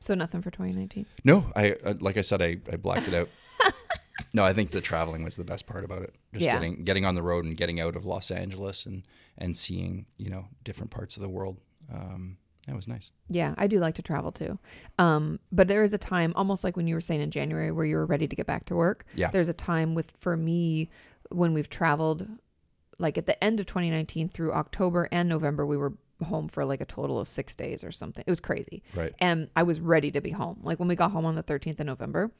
Speaker 2: So nothing for 2019.
Speaker 1: no, I uh, like I said, I, I blacked it
Speaker 2: *laughs*
Speaker 1: out. no, I think the traveling was the best part about it. Just
Speaker 2: Yeah.
Speaker 1: getting getting on the road and getting out of Los Angeles and and seeing you know different parts of the world. Um, that was nice.
Speaker 2: Yeah, I do like to travel too. Um, but there is a time, almost like when you were saying in January, where you were ready to get back to work.
Speaker 1: Yeah.
Speaker 2: There's a time with for me when we've traveled, like at the end of 2019 through October and November, we were home for like a total of six days or something. It was crazy.
Speaker 1: Right.
Speaker 2: And I was ready to be home. Like when we got home on the 13th of November,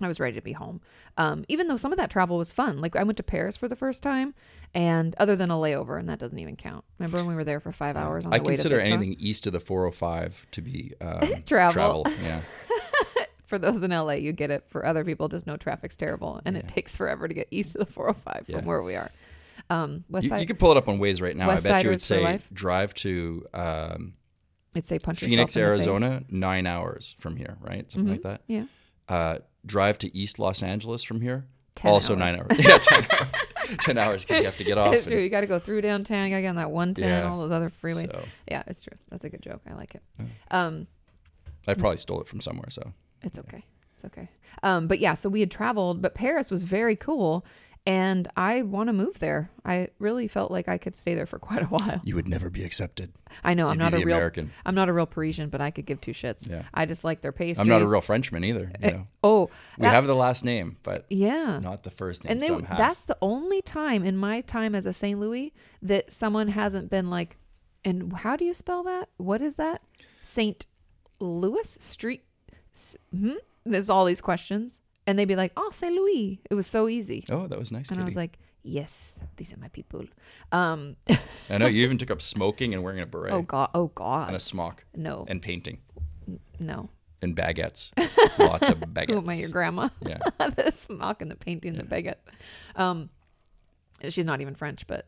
Speaker 2: I was ready to be home. Um, even though some of that travel was fun. Like I went to Paris for the first time, and other than a layover, and that doesn't even count. Remember when we were there for five hours on
Speaker 1: I
Speaker 2: the way
Speaker 1: consider
Speaker 2: to FitCon?
Speaker 1: anything east of the 405 to be um,
Speaker 2: *laughs* Travel.
Speaker 1: Yeah.
Speaker 2: For those in LA, you get it. For other people, just know traffic's terrible, and it takes forever to get east of the 405
Speaker 1: Yeah.
Speaker 2: from where we are. Um, West
Speaker 1: You,
Speaker 2: Side,
Speaker 1: you could pull it up on Waze right now.
Speaker 2: West
Speaker 1: I bet
Speaker 2: Side
Speaker 1: you would
Speaker 2: routes for
Speaker 1: say
Speaker 2: life.
Speaker 1: drive to um,
Speaker 2: it's say punch yourself
Speaker 1: Phoenix,
Speaker 2: in the face. Mm-hmm.
Speaker 1: Arizona, nine hours from here, right? Something like that.
Speaker 2: Yeah.
Speaker 1: Uh, drive to East Los Angeles from here,
Speaker 2: 10
Speaker 1: also
Speaker 2: hours.
Speaker 1: nine hours. *laughs* Yeah, 10 hours.
Speaker 2: *laughs*
Speaker 1: 10 hours because you have to get off.
Speaker 2: It's true.
Speaker 1: and-
Speaker 2: You got to go through downtown. You got to get on that 110,
Speaker 1: Yeah.
Speaker 2: all those other freeways.
Speaker 1: so
Speaker 2: Yeah, it's true. That's a good joke. I like it. Um,
Speaker 1: I probably stole it from somewhere. So
Speaker 2: It's okay. It's okay. Um, but yeah, so we had traveled, but Paris was very cool, and I want to move there. I really felt like I could stay there for *laughs* quite a while.
Speaker 1: you would never be accepted.
Speaker 2: I know I'm
Speaker 1: You'd
Speaker 2: not
Speaker 1: be
Speaker 2: a
Speaker 1: the
Speaker 2: real
Speaker 1: American.
Speaker 2: I'm not a real Parisian, but I could give two shits.
Speaker 1: Yeah.
Speaker 2: I just like their pastries.
Speaker 1: I'm not a real Frenchman either. You know.
Speaker 2: Oh,
Speaker 1: We
Speaker 2: that-
Speaker 1: have the last name, but
Speaker 2: yeah.
Speaker 1: not the first name.
Speaker 2: and they
Speaker 1: so I'm half.
Speaker 2: that's the only time in my time as a St. Louis that someone hasn't been like, and how do you spell that? What is that? St. Louis Street. S- hmm? There's all these questions, and they'd be like, "Oh, St. Louis." It was so easy,
Speaker 1: oh, that was nice.
Speaker 2: and
Speaker 1: Kitty.
Speaker 2: I was like, "Yes, these are my people." Um, *laughs*
Speaker 1: I know you even took up smoking and wearing a beret
Speaker 2: oh god, oh god,
Speaker 1: and a smock
Speaker 2: no,
Speaker 1: and painting
Speaker 2: no.
Speaker 1: and
Speaker 2: *laughs*
Speaker 1: baguettes. Lots of baguettes.
Speaker 2: Who am I, your grandma?
Speaker 1: yeah.
Speaker 2: the smock and the painting, the baguette. Um, she's not even French, but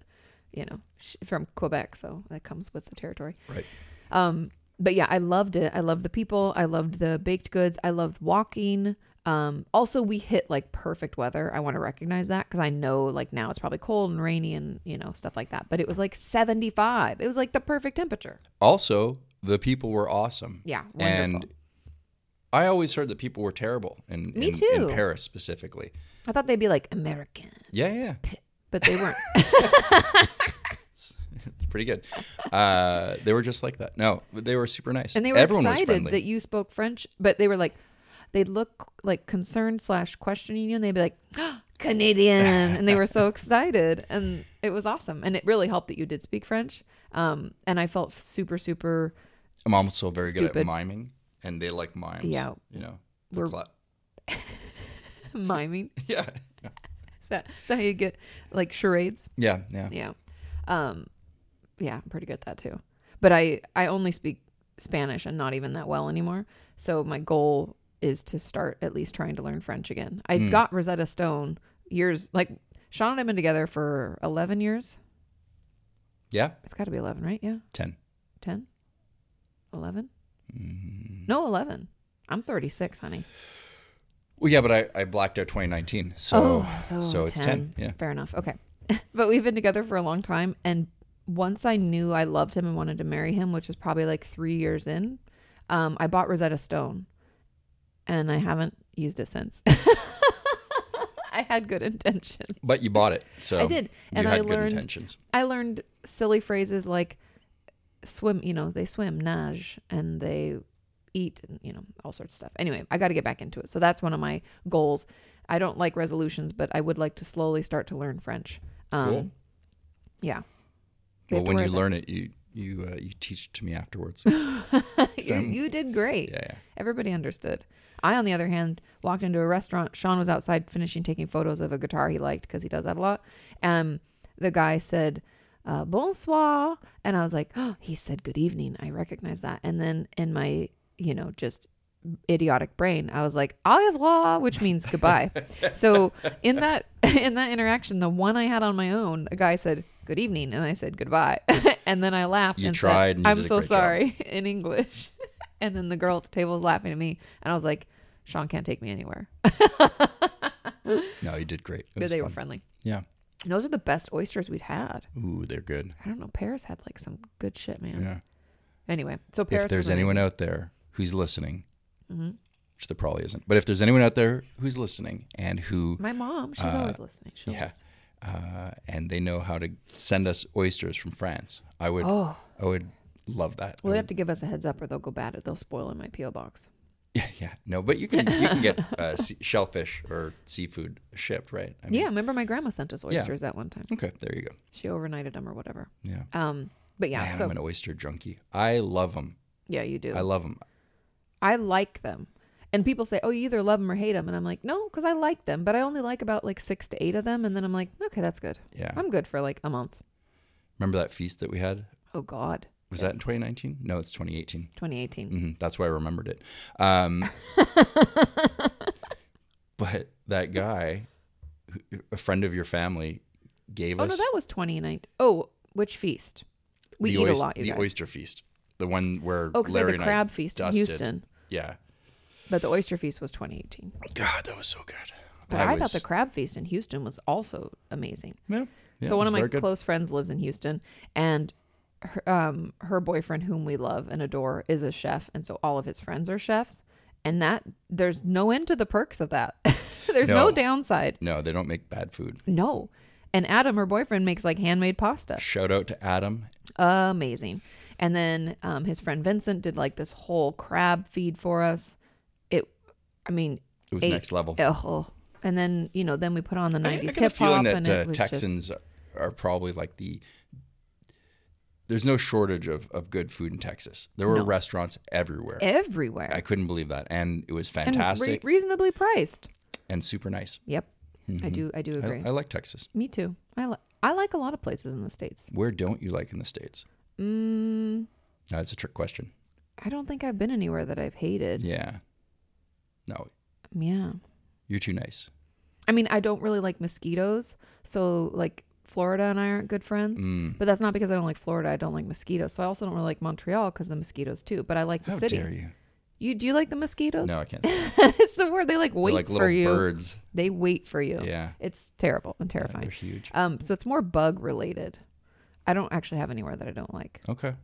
Speaker 2: you know, she, from Quebec, so that comes with the territory.
Speaker 1: Right.
Speaker 2: Um, but yeah, I loved it. I loved the people. I loved the baked goods. I loved walking. Um, also, we hit like perfect weather. I want to recognize that because I know like now it's probably cold and rainy and you know stuff like that. But it was like seventy five. It was like the perfect temperature.
Speaker 1: Also, the people were awesome.
Speaker 2: Yeah, wonderful.
Speaker 1: And I always heard that people were terrible in,
Speaker 2: Me
Speaker 1: in,
Speaker 2: too.
Speaker 1: in Paris specifically.
Speaker 2: I thought they'd be like American,
Speaker 1: Yeah, yeah.
Speaker 2: but they weren't.
Speaker 1: It's pretty good. Uh, they were just like that. No, but they were super nice.
Speaker 2: and they were
Speaker 1: Everyone was
Speaker 2: excited
Speaker 1: friendly.
Speaker 2: that you spoke French, but they were like, they'd look like concerned slash questioning you, and they'd be like, *gasps*
Speaker 1: *laughs*
Speaker 2: Canadian, and they were so excited, and it was awesome, and it really helped that you did speak French, um, and I felt super super.
Speaker 1: I'm also very good at
Speaker 2: stupid.
Speaker 1: miming, and they like mimes.
Speaker 2: Yeah.
Speaker 1: You know,
Speaker 2: We're-
Speaker 1: the cla-
Speaker 2: *laughs*
Speaker 1: *laughs*
Speaker 2: miming.
Speaker 1: yeah.
Speaker 2: Is that, is that how you get like charades?
Speaker 1: Yeah, yeah.
Speaker 2: Yeah. Um, yeah, I'm pretty good at that too. But I, I only speak Spanish and not even that well anymore. So my goal is to start at least trying to learn French again. I got Rosetta Stone years, like Sean and I've been together for 11 years.
Speaker 1: Yeah.
Speaker 2: It's got to be 11, right? Yeah.
Speaker 1: 10.
Speaker 2: 10, 11. No, 11. I'm 36, honey.
Speaker 1: Well, yeah, but I, I blacked out 2019. So,
Speaker 2: oh, so,
Speaker 1: so it's 10. Yeah.
Speaker 2: Fair enough. Okay. *laughs* but we've been together for a long time. And once I knew I loved him and wanted to marry him, which was probably like three years in, um, I bought Rosetta Stone and I haven't used it since. *laughs* I had good intentions.
Speaker 1: But you bought it. So
Speaker 2: I did. And
Speaker 1: you
Speaker 2: I
Speaker 1: had good
Speaker 2: learned
Speaker 1: intentions.
Speaker 2: I learned silly phrases like swim, you know, they swim, nage, and they eat, and, you know, all sorts of stuff. Anyway, I got to get back into it. So that's one of my goals. I don't like resolutions, but I would like to slowly start to learn French. Um,
Speaker 1: Cool.
Speaker 2: Yeah. *laughs* We
Speaker 1: Well,
Speaker 2: have to
Speaker 1: when
Speaker 2: worry
Speaker 1: you
Speaker 2: about-
Speaker 1: learn it, you you uh, you teach it to me afterwards. yeah,
Speaker 2: you, you did great.
Speaker 1: yeah.
Speaker 2: Everybody understood. I, on the other hand, walked into a restaurant. Sean was outside finishing taking photos of a guitar he liked because he does that a lot. And the guy said, uh, bonsoir. And I was like, oh, he said good evening. I recognize that. And then in my, you know, just idiotic brain, I was like, au revoir, which means goodbye. so in that *laughs* in that interaction, the one I had on my own, the guy said, good evening. And I said, goodbye. *laughs* and then I laughed
Speaker 1: You
Speaker 2: and
Speaker 1: tried
Speaker 2: said,
Speaker 1: and you
Speaker 2: I'm
Speaker 1: did a
Speaker 2: so
Speaker 1: great job."
Speaker 2: sorry *laughs* in English. And then the girl at the table was laughing at me, and I was like, "Sean can't take me anywhere."
Speaker 1: No, you did great. It
Speaker 2: But
Speaker 1: was
Speaker 2: they were
Speaker 1: fun.
Speaker 2: friendly.
Speaker 1: Yeah.
Speaker 2: And those are the best oysters we'd had.
Speaker 1: Ooh, they're good.
Speaker 2: I don't know. Paris had like some good shit, man.
Speaker 1: Yeah.
Speaker 2: Anyway, so Paris.
Speaker 1: if there's
Speaker 2: was
Speaker 1: anyone
Speaker 2: amazing. Mm-hmm.
Speaker 1: out there who's listening, which there probably isn't, but if there's anyone out there who's listening and who
Speaker 2: my mom, she's always listening. She
Speaker 1: uh, yeah,
Speaker 2: always-
Speaker 1: uh, and they know how to send us oysters from France, I would
Speaker 2: Oh,
Speaker 1: I would love that. I
Speaker 2: well, they
Speaker 1: would-
Speaker 2: have to give us a heads up, or they'll go bad. Or they'll spoil in my PO box.
Speaker 1: yeah, *laughs* yeah. No, but you can you can get
Speaker 2: *laughs*
Speaker 1: uh, sea- shellfish or seafood shipped, right? I mean-
Speaker 2: Yeah, remember my grandma sent us
Speaker 1: Yeah.
Speaker 2: oysters that one time.
Speaker 1: Okay, there you go.
Speaker 2: She overnighted them or whatever.
Speaker 1: Yeah.
Speaker 2: Um, but yeah,
Speaker 1: Man,
Speaker 2: so
Speaker 1: I'm an oyster junkie. I love them.
Speaker 2: yeah, you do.
Speaker 1: I love them.
Speaker 2: I like them. And people say, "Oh, you either love them or hate them," and I'm like, "No, because I like them, but I only like about like six to eight of them, and then I'm like, okay, that's good.
Speaker 1: Yeah.
Speaker 2: I'm good for like a month."
Speaker 1: Remember that feast that we had?
Speaker 2: Oh God,
Speaker 1: Was that in 2019? No, it's 2018.
Speaker 2: 2018?
Speaker 1: hmm That's why I remembered it. Um, *laughs* but that guy, who- a friend of your family, gave
Speaker 2: Oh no,
Speaker 1: us
Speaker 2: that was 2019. Oh, which feast? We
Speaker 1: the,
Speaker 2: eat
Speaker 1: oys-
Speaker 2: a lot, you
Speaker 1: the
Speaker 2: guys.
Speaker 1: oyster feast, the one where
Speaker 2: oh, because we had
Speaker 1: Larry and
Speaker 2: the
Speaker 1: I
Speaker 2: crab feast in
Speaker 1: dusted.
Speaker 2: Houston,
Speaker 1: Yeah,
Speaker 2: but the oyster feast was 2018.
Speaker 1: God, that was so good.
Speaker 2: But I, thought
Speaker 1: was-
Speaker 2: the crab feast in Houston was also amazing.
Speaker 1: yeah, yeah,
Speaker 2: so
Speaker 1: it
Speaker 2: one
Speaker 1: was
Speaker 2: of my
Speaker 1: very good.
Speaker 2: close friends lives in Houston, and her, um, her boyfriend, whom we love and adore, is a chef, and so all of his friends are chefs. And that there's no end to the perks of that. *laughs* there's no.
Speaker 1: No.
Speaker 2: downside.
Speaker 1: No, they don't make bad food.
Speaker 2: No. And Adam, her boyfriend, makes like handmade pasta.
Speaker 1: Shout out to Adam.
Speaker 2: Amazing. And then um, his friend Vincent did like this whole crab feed for us. It, I mean,
Speaker 1: It was
Speaker 2: Eight.
Speaker 1: next level.
Speaker 2: oh. And then you know, then we put on the
Speaker 1: I, I
Speaker 2: '90s
Speaker 1: get a
Speaker 2: hip
Speaker 1: feeling
Speaker 2: hop,
Speaker 1: that
Speaker 2: and
Speaker 1: uh,
Speaker 2: it was just
Speaker 1: Texans are probably like the. There's no shortage of, of good food in Texas. There were restaurants everywhere.
Speaker 2: everywhere.
Speaker 1: I couldn't believe that, and it was
Speaker 2: and re-
Speaker 1: fantastic and,
Speaker 2: reasonably priced.
Speaker 1: super nice. Mm-hmm.
Speaker 2: Yep, I do. I do
Speaker 1: I,
Speaker 2: agree.
Speaker 1: I like Texas.
Speaker 2: Me too. I like. I like a lot of places in the states.
Speaker 1: Where don't you like in the states?
Speaker 2: Mm,
Speaker 1: No, that's a trick question.
Speaker 2: I don't think I've been anywhere that I've hated.
Speaker 1: Yeah. No,
Speaker 2: Yeah.
Speaker 1: you're too nice.
Speaker 2: I mean, I don't really like mosquitoes, so like Florida and I aren't good friends.
Speaker 1: Mm.
Speaker 2: But that's not because I don't like Florida. I don't like mosquitoes. So I also don't really like Montreal because the mosquitoes too. But I like the
Speaker 1: How
Speaker 2: city.
Speaker 1: dare you?
Speaker 2: You do you like the mosquitoes?
Speaker 1: Oh, No, I can't. Say that.
Speaker 2: *laughs* it's the word they like
Speaker 1: They're
Speaker 2: wait
Speaker 1: like
Speaker 2: for
Speaker 1: little
Speaker 2: you.
Speaker 1: birds.
Speaker 2: They wait for you.
Speaker 1: Yeah.
Speaker 2: It's terrible and
Speaker 1: Yeah,
Speaker 2: terrifying.
Speaker 1: They're huge.
Speaker 2: Um, so it's more bug related. I don't actually have anywhere that I don't like.
Speaker 1: Okay.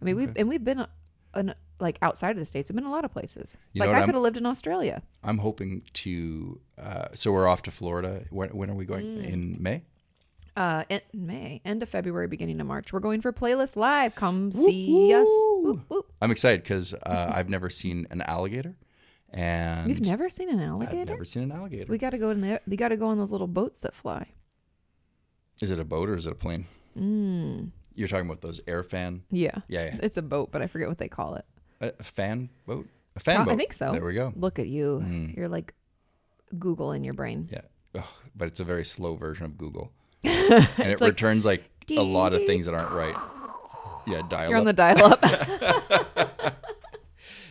Speaker 2: I mean, we've and we've been, uh, an, like outside of the states, we've been a lot of places.
Speaker 1: You know
Speaker 2: like
Speaker 1: what
Speaker 2: I
Speaker 1: I'm-
Speaker 2: could have lived in Australia.
Speaker 1: I'm hoping to. Uh, so we're off to Florida. When, when are we going?
Speaker 2: Mm.
Speaker 1: In May?
Speaker 2: Uh, in May, end of February, beginning of March, we're going for playlist live. Come see us. Whoop, whoop.
Speaker 1: I'm excited because uh, I've never seen an alligator, and
Speaker 2: You've never seen an
Speaker 1: I've
Speaker 2: alligator?
Speaker 1: never seen an alligator.
Speaker 2: We got to go in there. You got to go on those little boats that fly.
Speaker 1: Is it a boat or is it a plane? You're talking about those air fan.
Speaker 2: Yeah.
Speaker 1: Yeah, yeah.
Speaker 2: It's a boat, but I forget what they call it.
Speaker 1: A, a fan boat? A fan
Speaker 2: Uh, I
Speaker 1: boat.
Speaker 2: think so.
Speaker 1: There we go.
Speaker 2: Look at you.
Speaker 1: Mm.
Speaker 2: You're like Google in your brain.
Speaker 1: Yeah. Ugh, but it's a very slow version of
Speaker 2: *laughs*
Speaker 1: Google. and it returns like
Speaker 2: ding,
Speaker 1: a lot of
Speaker 2: ding.
Speaker 1: things that aren't right. Yeah, dial
Speaker 2: You're
Speaker 1: up.
Speaker 2: on the
Speaker 1: *laughs*
Speaker 2: dial up.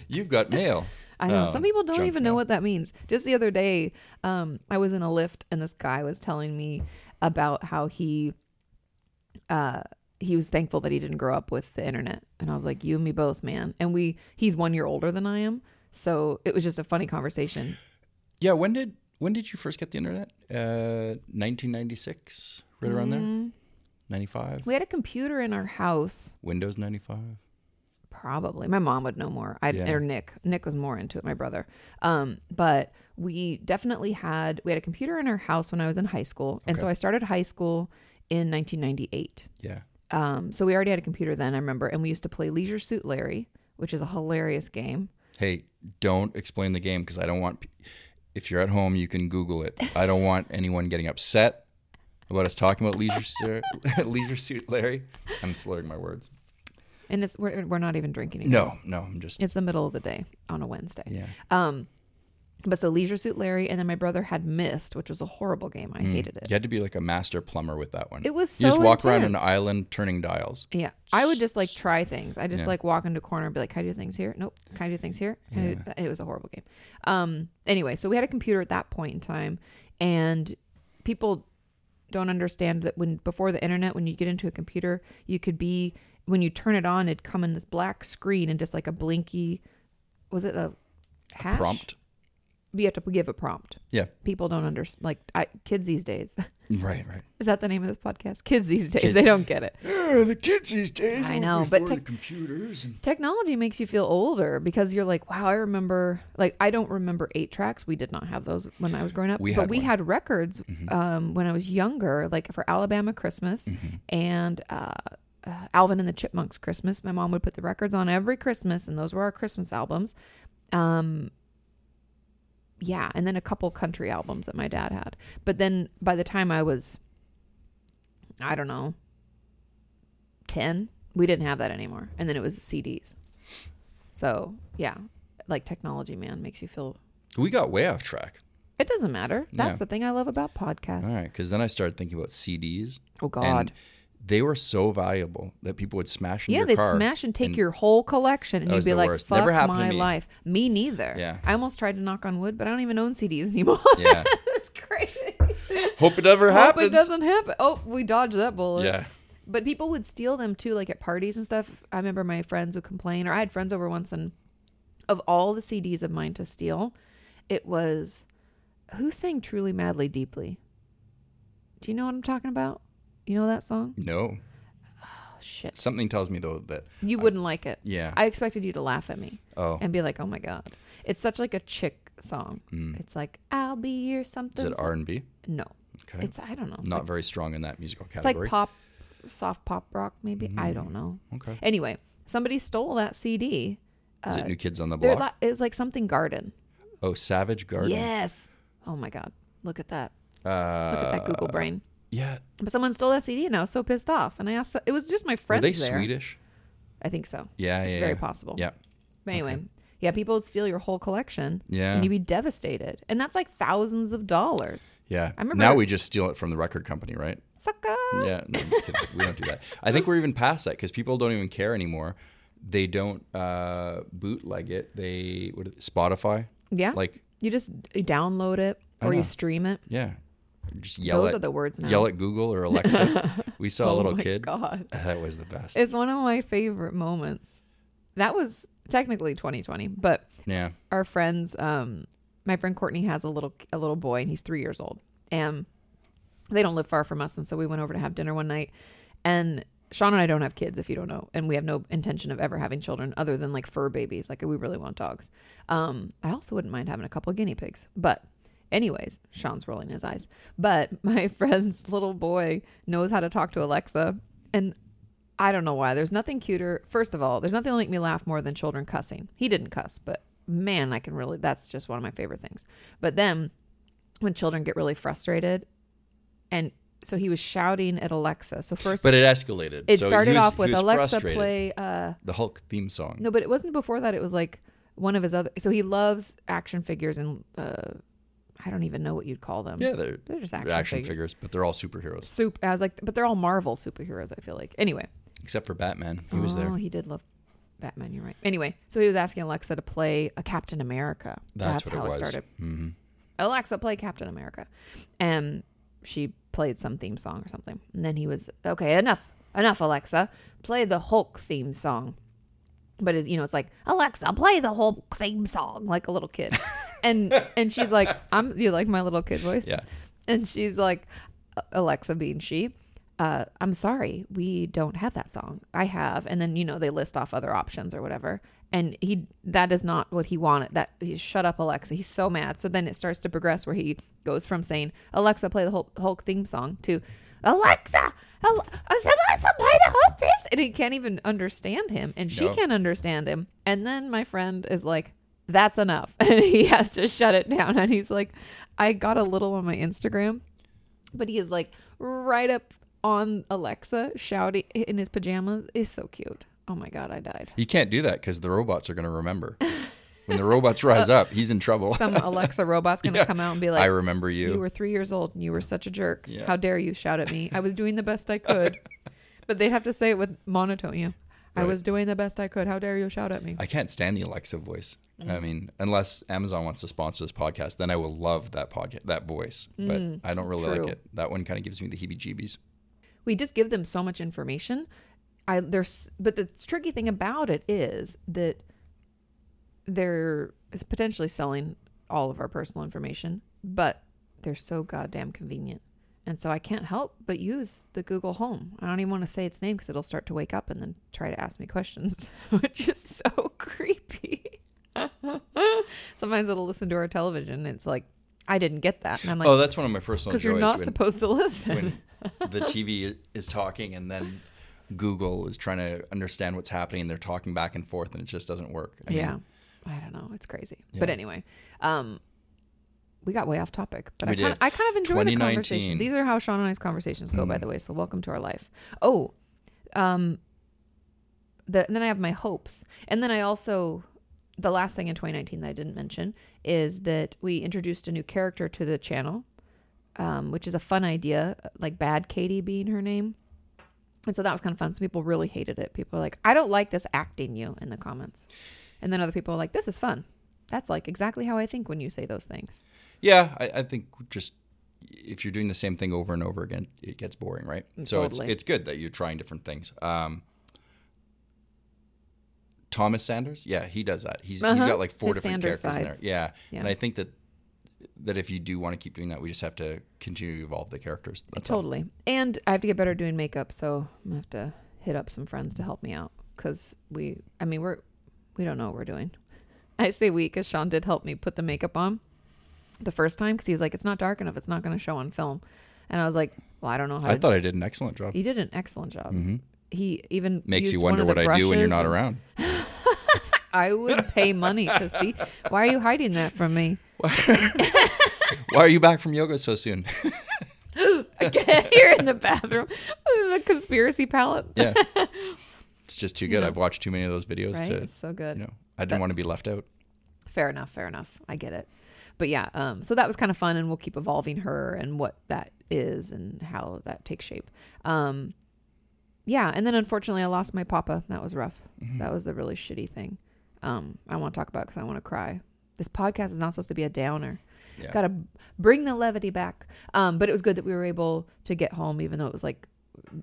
Speaker 1: You've
Speaker 2: *laughs*
Speaker 1: got mail.
Speaker 2: I know.
Speaker 1: Oh,
Speaker 2: Some people don't
Speaker 1: junk
Speaker 2: even know what that means. Just the other day, um, I was in a lift and this guy was telling me about how he uh he was thankful that he didn't grow up with the internet. And I was like, You and me both, man. And we he's one year older than I am. So it was just a funny conversation.
Speaker 1: Yeah, when did when did you first get the internet? Uh 1996, right around
Speaker 2: Mm-hmm.
Speaker 1: there. 95,
Speaker 2: We had a computer in our house,
Speaker 1: Windows 95.
Speaker 2: probably. My mom would know more. I
Speaker 1: Yeah.
Speaker 2: or Nick. Nick was more into it, my brother. Um, but we definitely had we had a computer in our house when I was in high school. And so I started high school in 1998.
Speaker 1: Yeah.
Speaker 2: Um, so we already had a computer then, I remember, and we used to play Leisure Suit Larry, which is a hilarious game.
Speaker 1: Hey, don't explain the game because I don't want. pe- If you're at home, you can Google
Speaker 2: *laughs*
Speaker 1: it. I don't want anyone getting upset about us talking about leisure suit, *laughs* leisure suit Larry. I'm slurring my words.
Speaker 2: And it's we're, we're not even drinking. it, guys.
Speaker 1: No, no, I'm just
Speaker 2: it's the middle of the day on a Wednesday.
Speaker 1: yeah.
Speaker 2: Um, but so Leisure Suit Larry, and then my brother had Mist, which was a horrible game. I hated it.
Speaker 1: You had to be like a master plumber with that one.
Speaker 2: It was
Speaker 1: Mm. you just
Speaker 2: so
Speaker 1: walk around an
Speaker 2: intense.
Speaker 1: island turning dials.
Speaker 2: Yeah, I would just like try things. I just
Speaker 1: Yeah.
Speaker 2: like walk into a corner and be like, "Can I do things here? Nope. Can I do things here?" Can I do- It was a horrible game. Um. Anyway, so we had a computer at that point in time, and people don't understand that when before the internet, when you get into a computer, you could be when you turn it on, it'd come in this black screen and just like a blinky. Was it a hash?
Speaker 1: Prompt.
Speaker 2: You have to give a prompt.
Speaker 1: Yeah.
Speaker 2: People don't understand. Like I, kids these days. *laughs*
Speaker 1: Right.
Speaker 2: *gasps*
Speaker 1: Right.
Speaker 2: Is that the name of this podcast? Kids these days. They don't get it.
Speaker 1: the kids these days.
Speaker 2: I know, but before tech- the
Speaker 1: computers. And-
Speaker 2: technology makes you feel older because you're like, wow, I remember. Like, I don't remember eight tracks. We did not have those when I was growing up.
Speaker 1: We
Speaker 2: but
Speaker 1: had
Speaker 2: we
Speaker 1: one. Mm-hmm.
Speaker 2: had records um, when I was younger, like for Alabama Christmas
Speaker 1: Mm-hmm.
Speaker 2: and uh, uh, Alvin and the Chipmunks Christmas. My mom would put the records on every Christmas, and those were our Christmas albums. Um, yeah, and then a couple country albums that my dad had. But then by the time I was, I don't know, 10, we didn't have that anymore. And then it was CDs. So, yeah. like technology, man, makes you feel.
Speaker 1: We got way off track.
Speaker 2: It doesn't matter. That's
Speaker 1: Yeah.
Speaker 2: the thing I love about podcasts.
Speaker 1: All right, because then I started thinking about CDs.
Speaker 2: Oh God.
Speaker 1: And they were so valuable that people would smash in
Speaker 2: yeah,
Speaker 1: their
Speaker 2: they'd
Speaker 1: car.
Speaker 2: smash and take your whole collection, and
Speaker 1: That
Speaker 2: you'd
Speaker 1: was
Speaker 2: be
Speaker 1: the
Speaker 2: like,
Speaker 1: worst.
Speaker 2: "Fuck
Speaker 1: Never happened to
Speaker 2: my
Speaker 1: me.
Speaker 2: life." Me neither.
Speaker 1: Yeah.
Speaker 2: I almost tried to knock on wood, but I don't even own CDs *laughs* anymore.
Speaker 1: Yeah.
Speaker 2: That's crazy.
Speaker 1: *laughs* Hope it never
Speaker 2: Hope
Speaker 1: happens.
Speaker 2: it doesn't happen. Oh, we dodged that bullet.
Speaker 1: Yeah.
Speaker 2: But people would steal them too, like at parties and stuff. I remember my friends would complain, or I had friends over once, and of all the CDs of mine to steal, it was who sang "Truly, Madly, Deeply." Do you know what I'm talking about? You know that song?
Speaker 1: No.
Speaker 2: Oh, shit,
Speaker 1: Something tells me though that
Speaker 2: you wouldn't like it.
Speaker 1: yeah.
Speaker 2: I expected you to laugh at me
Speaker 1: oh.
Speaker 2: and be like, "Oh my god," it's such like a chick song. It's like "I'll be here
Speaker 1: Mm. Is
Speaker 2: something."
Speaker 1: it R and B?
Speaker 2: no,
Speaker 1: Okay.
Speaker 2: it's I don't know. It's
Speaker 1: Not
Speaker 2: like,
Speaker 1: very strong in that musical
Speaker 2: it's like
Speaker 1: category. Mm.
Speaker 2: pop, soft pop rock, maybe. I don't know.
Speaker 1: okay.
Speaker 2: Anyway, somebody stole that CD.
Speaker 1: Is it New Kids on the
Speaker 2: Uh, They're
Speaker 1: Block?
Speaker 2: Li- it was like something garden.
Speaker 1: oh, Savage Garden.
Speaker 2: Yes. Oh my God. Look at that.
Speaker 1: Uh,
Speaker 2: Look at that Google brain.
Speaker 1: yeah.
Speaker 2: But someone stole that CD and I was so pissed off. And I asked, it was just my
Speaker 1: Were
Speaker 2: friends
Speaker 1: they
Speaker 2: there.
Speaker 1: Swedish?
Speaker 2: I think so.
Speaker 1: Yeah.
Speaker 2: It's
Speaker 1: yeah,
Speaker 2: very
Speaker 1: yeah.
Speaker 2: possible.
Speaker 1: Yeah.
Speaker 2: But anyway, yeah, people would steal your whole collection
Speaker 1: Yeah.
Speaker 2: and you'd be devastated. And that's like thousands of dollars.
Speaker 1: Yeah.
Speaker 2: I remember-
Speaker 1: now we just steal it from the record company, right?
Speaker 2: Sucker.
Speaker 1: Yeah, no, I'm just kidding. we don't do that. I think we're even past that because people don't even care anymore. They don't uh, bootleg it. They what? Is it, Spotify?
Speaker 2: Yeah.
Speaker 1: Like
Speaker 2: you just download it or you
Speaker 1: know.
Speaker 2: stream it.
Speaker 1: yeah, just yell
Speaker 2: Those
Speaker 1: at
Speaker 2: are the words now.
Speaker 1: yell at Google or
Speaker 2: *laughs*
Speaker 1: Alexa. we saw a little
Speaker 2: oh my
Speaker 1: kid.
Speaker 2: God.
Speaker 1: That was the best.
Speaker 2: It's one of my favorite moments. That was technically 2020, but
Speaker 1: yeah,
Speaker 2: our friends um my friend Courtney has a little a little boy and he's 3 years old. And they don't live far from us and so we went over to have dinner one night and Sean and I don't have kids if you don't know and we have no intention of ever having children other than like fur babies like we really want dogs. Um I also wouldn't mind having a couple of guinea pigs, but anyways, Sean's rolling his eyes. But *laughs* my friend's little boy knows how to talk to Alexa and I don't know why. There's nothing cuter. First of all, there's nothing that'll make me laugh more than children cussing. He didn't cuss, but man, I can really, that's just one of my favorite things. But then when children get really frustrated, and so he was shouting at Alexa. So first,
Speaker 1: but it escalated.
Speaker 2: it
Speaker 1: So he
Speaker 2: started
Speaker 1: was-
Speaker 2: off with
Speaker 1: he was
Speaker 2: Alexa
Speaker 1: frustrated.
Speaker 2: play, uh,
Speaker 1: the Hulk theme song.
Speaker 2: no, but it wasn't before that. It was like one of his other, so he loves action figures and, uh, I don't even know what you'd call them.
Speaker 1: Yeah, they're,
Speaker 2: They're just
Speaker 1: they're
Speaker 2: um, action,
Speaker 1: action,
Speaker 2: figures.
Speaker 1: figures, but they're all superheroes
Speaker 2: Soup. I was like, but they're all Marvel superheroes. I feel like. Anyway,
Speaker 1: except for Batman. He was
Speaker 2: Oh,
Speaker 1: there.
Speaker 2: he did love Batman. You're right. Anyway, so he was asking Alexa to play a Captain America.
Speaker 1: That's
Speaker 2: That's,
Speaker 1: what it
Speaker 2: how it,
Speaker 1: was. Mm-hmm.
Speaker 2: started. Alexa, play Captain America, and she played some theme song or something. And then he was okay. Enough, enough, Alexa. Play the Hulk theme song. But it's, you know, it's like Alexa, play the Hulk theme song, like a little kid. and and she's like, I'm. You like my little kid voice?
Speaker 1: Yeah,
Speaker 2: And she's like, Alexa being she, uh, I'm sorry, we don't have that song. I have. And then, you know, they list off other options or whatever. And he, that is not what he wanted. That, he, shut up, Alexa. He's so mad. So then it starts to progress where he goes from saying, Alexa, play the Hulk, Hulk theme song to, Alexa, Al- Alexa, play the Hulk theme song. And he can't even understand him. And she
Speaker 1: No.
Speaker 2: can't understand him. And then my friend is like, that's enough. *laughs* And he has to shut it down. And he's like, I got a little on my Instagram but he is like right up on Alexa shouting in his pajamas is so cute. Oh my god,
Speaker 1: *laughs*
Speaker 2: I died.
Speaker 1: you can't do that because the robots are going to
Speaker 2: *laughs*
Speaker 1: remember. when the robots rise up, he's in trouble.
Speaker 2: Some Alexa robot's gonna come out and be
Speaker 1: I
Speaker 2: like,
Speaker 1: remember you.
Speaker 2: "You were three years old and you were such a jerk.
Speaker 1: Yeah.
Speaker 2: How dare you shout at me? I was doing the best
Speaker 1: *laughs*
Speaker 2: I could." but they'd have to say it with monotone. You, know, I
Speaker 1: Right.
Speaker 2: was doing the best I could. How dare you shout at me?
Speaker 1: I can't stand the Alexa voice. I
Speaker 2: Mm.
Speaker 1: mean, unless Amazon wants to sponsor this podcast, then I will love that podcast, that voice. But I don't really
Speaker 2: Mm. true.
Speaker 1: like it. That one kind of gives me the heebie-jeebies.
Speaker 2: we just give them so much information. I there's but the tricky thing about it is that they're is potentially selling all of our personal information, but they're so goddamn convenient. And so I can't help but use the Google Home. I don't even want to say its name because it'll start to wake up and then try to ask me questions, *laughs* which is so *laughs* creepy. *laughs* Sometimes it'll listen to our television. And it's like, I didn't get that. And I'm
Speaker 1: oh,
Speaker 2: like,
Speaker 1: that's one of my personal
Speaker 2: because
Speaker 1: joys.
Speaker 2: you're not
Speaker 1: when,
Speaker 2: supposed to *laughs* listen.
Speaker 1: when
Speaker 2: *laughs*
Speaker 1: the TV is talking and then Google is trying to understand what's happening and they're talking back and forth and it just doesn't work. I mean,
Speaker 2: yeah. I don't know. It's crazy. But anyway, um, we got way off topic, but I
Speaker 1: We
Speaker 2: kind, of,
Speaker 1: did.
Speaker 2: I kind of enjoy the
Speaker 1: 2019.
Speaker 2: conversation. These are how Sean and I's conversations go, by the way. So welcome to our life. Oh, um, the, and then I have my hopes, and then I also the last thing in 2019 that I didn't mention is that we introduced a new character to the channel, um, which is a fun idea, like Bad Katie being her name. And so that was kind of fun. Some people really hated it. People are like, I don't like this acting you in the comments. And then other people are like, this is fun. That's like exactly how I think when you say those things.
Speaker 1: Yeah, I, I think just if you're doing the same thing over and over again, it gets boring, right? So it's
Speaker 2: Totally.
Speaker 1: it's good that you're trying different things. Um, Thomas Sanders, yeah, he does that. He's he's
Speaker 2: Uh-huh.
Speaker 1: got like four
Speaker 2: His
Speaker 1: different
Speaker 2: Sanders
Speaker 1: characters
Speaker 2: sides.
Speaker 1: in there. Yeah.
Speaker 2: Yeah.
Speaker 1: and I think that that if you do want to keep doing that, we just have to continue to evolve the characters. That's all.
Speaker 2: totally. And I have to get better at doing makeup, so I'm gonna have to hit up some friends to help me out because we, I mean, we're we don't know what we're doing. I say we because Sean did help me put the makeup on the first time because he was like, "It's not dark enough. It's not going to show on film," and I was like, "Well, I don't know how."
Speaker 1: I
Speaker 2: to
Speaker 1: thought I did an excellent job.
Speaker 2: you did an excellent job. He even
Speaker 1: Makes you
Speaker 2: used one
Speaker 1: wonder
Speaker 2: of the
Speaker 1: what I do when you're not
Speaker 2: brushes and-
Speaker 1: around.
Speaker 2: I would pay money to
Speaker 1: *laughs*
Speaker 2: see. Why are you hiding that from me? *laughs*
Speaker 1: Why are you back from yoga so soon? *laughs*
Speaker 2: You're in the bathroom, *laughs* the conspiracy palette. *laughs*
Speaker 1: yeah, it's just too good. I've watched too many of those videos
Speaker 2: Right,
Speaker 1: to
Speaker 2: it's so good.
Speaker 1: you know. I didn't want to be left out.
Speaker 2: Fair enough. Fair enough. I get it. But yeah, um, so that was kind of fun, and we'll keep evolving her and what that is and how that takes shape. Um, yeah, and then unfortunately, I lost my papa. That was rough. That was a really shitty thing. Um, I want to talk about because I want to cry. This podcast is not supposed to be a downer.
Speaker 1: Yeah.
Speaker 2: Got to bring the levity back. Um, but it was good that we were able to get home, even though it was like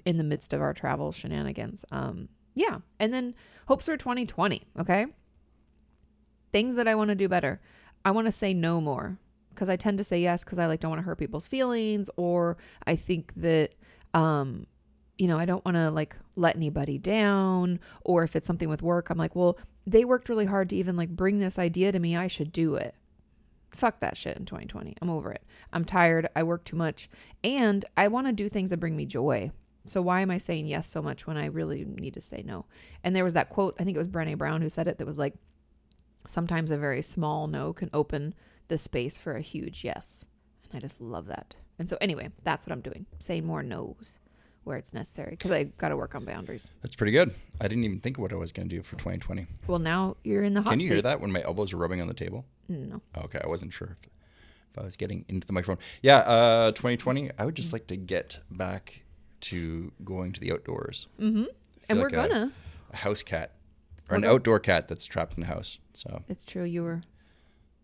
Speaker 2: in the midst of our travel shenanigans. Um, yeah, and then hopes for 2020. Okay things that I want to do better. I want to say no more because I tend to say yes because I like don't want to hurt people's feelings or I think that um you know, I don't want to like let anybody down or if it's something with work, I'm like, well, they worked really hard to even like bring this idea to me. I should do it. Fuck that shit in 2020. I'm over it. I'm tired. I work too much and I want to do things that bring me joy. So why am I saying yes so much when I really need to say no? And there was that quote, I think it was Brené Brown who said it that was like sometimes a very small no can open the space for a huge yes. And I just love that. And so, anyway, that's what I'm doing saying more no's where it's necessary because I got to work on boundaries.
Speaker 1: That's pretty good. I didn't even think of what I was going to do for 2020.
Speaker 2: Well, now you're in the hot
Speaker 1: Can you
Speaker 2: seat. Mm,
Speaker 1: hear that when my elbows are rubbing on the table?
Speaker 2: No.
Speaker 1: Okay, I wasn't sure if, if I was getting into the microphone. Yeah, uh, 2020. I would just like to get back to going to the outdoors. Mm-hmm.
Speaker 2: And we're gonna.
Speaker 1: a, house cat or an outdoor cat that's trapped in a house. So
Speaker 2: It's true. You were,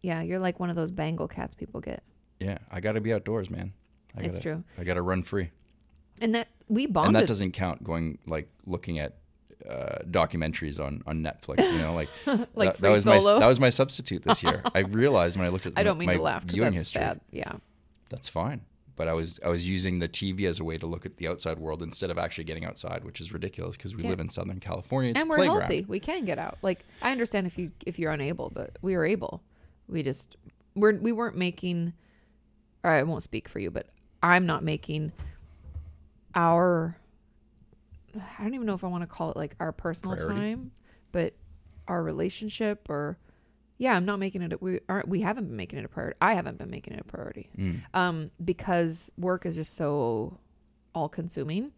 Speaker 2: yeah, you're like one of those bangle cats people get.
Speaker 1: yeah, I got to be outdoors, man. I
Speaker 2: It's
Speaker 1: gotta,
Speaker 2: true.
Speaker 1: I got to run free,
Speaker 2: And that we
Speaker 1: and
Speaker 2: bonded.
Speaker 1: that doesn't count going like looking at. Uh, documentaries on on Netflix, you know, like,
Speaker 2: *laughs*
Speaker 1: that,
Speaker 2: Like
Speaker 1: that
Speaker 2: Free
Speaker 1: was
Speaker 2: Solo?
Speaker 1: my that was my substitute this
Speaker 2: *laughs*
Speaker 1: year. I realized when I looked at
Speaker 2: I don't mean
Speaker 1: my
Speaker 2: to laugh because
Speaker 1: viewing
Speaker 2: that's
Speaker 1: history,
Speaker 2: sad. Yeah.
Speaker 1: that's fine. But I was I was using the TV as a way to look at the outside world instead of actually getting outside, which is ridiculous because we
Speaker 2: Yeah.
Speaker 1: live in Southern California. It's a
Speaker 2: and we're
Speaker 1: playground.
Speaker 2: healthy. We can get out. Like I understand if you if you're unable, but we were able. We just we're we weren't making. Or I won't speak for you, but I'm not making our. I don't even know if I want to call it like our personal
Speaker 1: Priority?
Speaker 2: time, but our relationship or yeah, I'm not making it. A, we aren't. We haven't been making it a priority. I haven't been making it a priority,
Speaker 1: Mm.
Speaker 2: um, because work is just so all-consuming.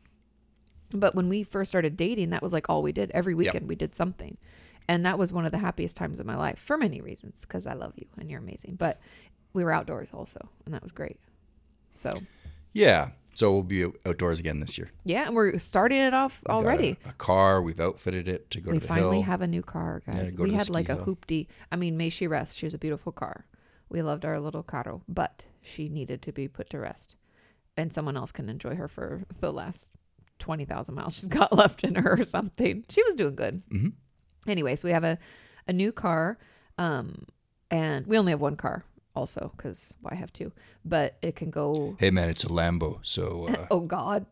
Speaker 2: But when we first started dating, that was like all we did. Every weekend we did something. And that was one of the happiest times of my life for many reasons because I love you and you're amazing. But we were outdoors also, and that was great. So,
Speaker 1: Yeah. So we'll be out- outdoors again this year.
Speaker 2: yeah, and we're starting it off
Speaker 1: Got a-
Speaker 2: already.
Speaker 1: A, car. We've outfitted it to go
Speaker 2: We
Speaker 1: to the
Speaker 2: finally
Speaker 1: hill.
Speaker 2: have a new car, guys.
Speaker 1: go
Speaker 2: we
Speaker 1: to the
Speaker 2: had
Speaker 1: ski
Speaker 2: like a
Speaker 1: hill.
Speaker 2: hoopty. I mean, may she rest. She was a beautiful car. We loved our little caro, but she needed to be put to rest. And someone else can enjoy her for the last 20,000 miles she's *laughs* got left in her or something. She was doing good.
Speaker 1: Mhm.
Speaker 2: Anyway, so we have a, a new car. Um, and we only have one car also because well, I have two, but it can go.
Speaker 1: hey man, it's a Lambo. So uh,
Speaker 2: Oh, God.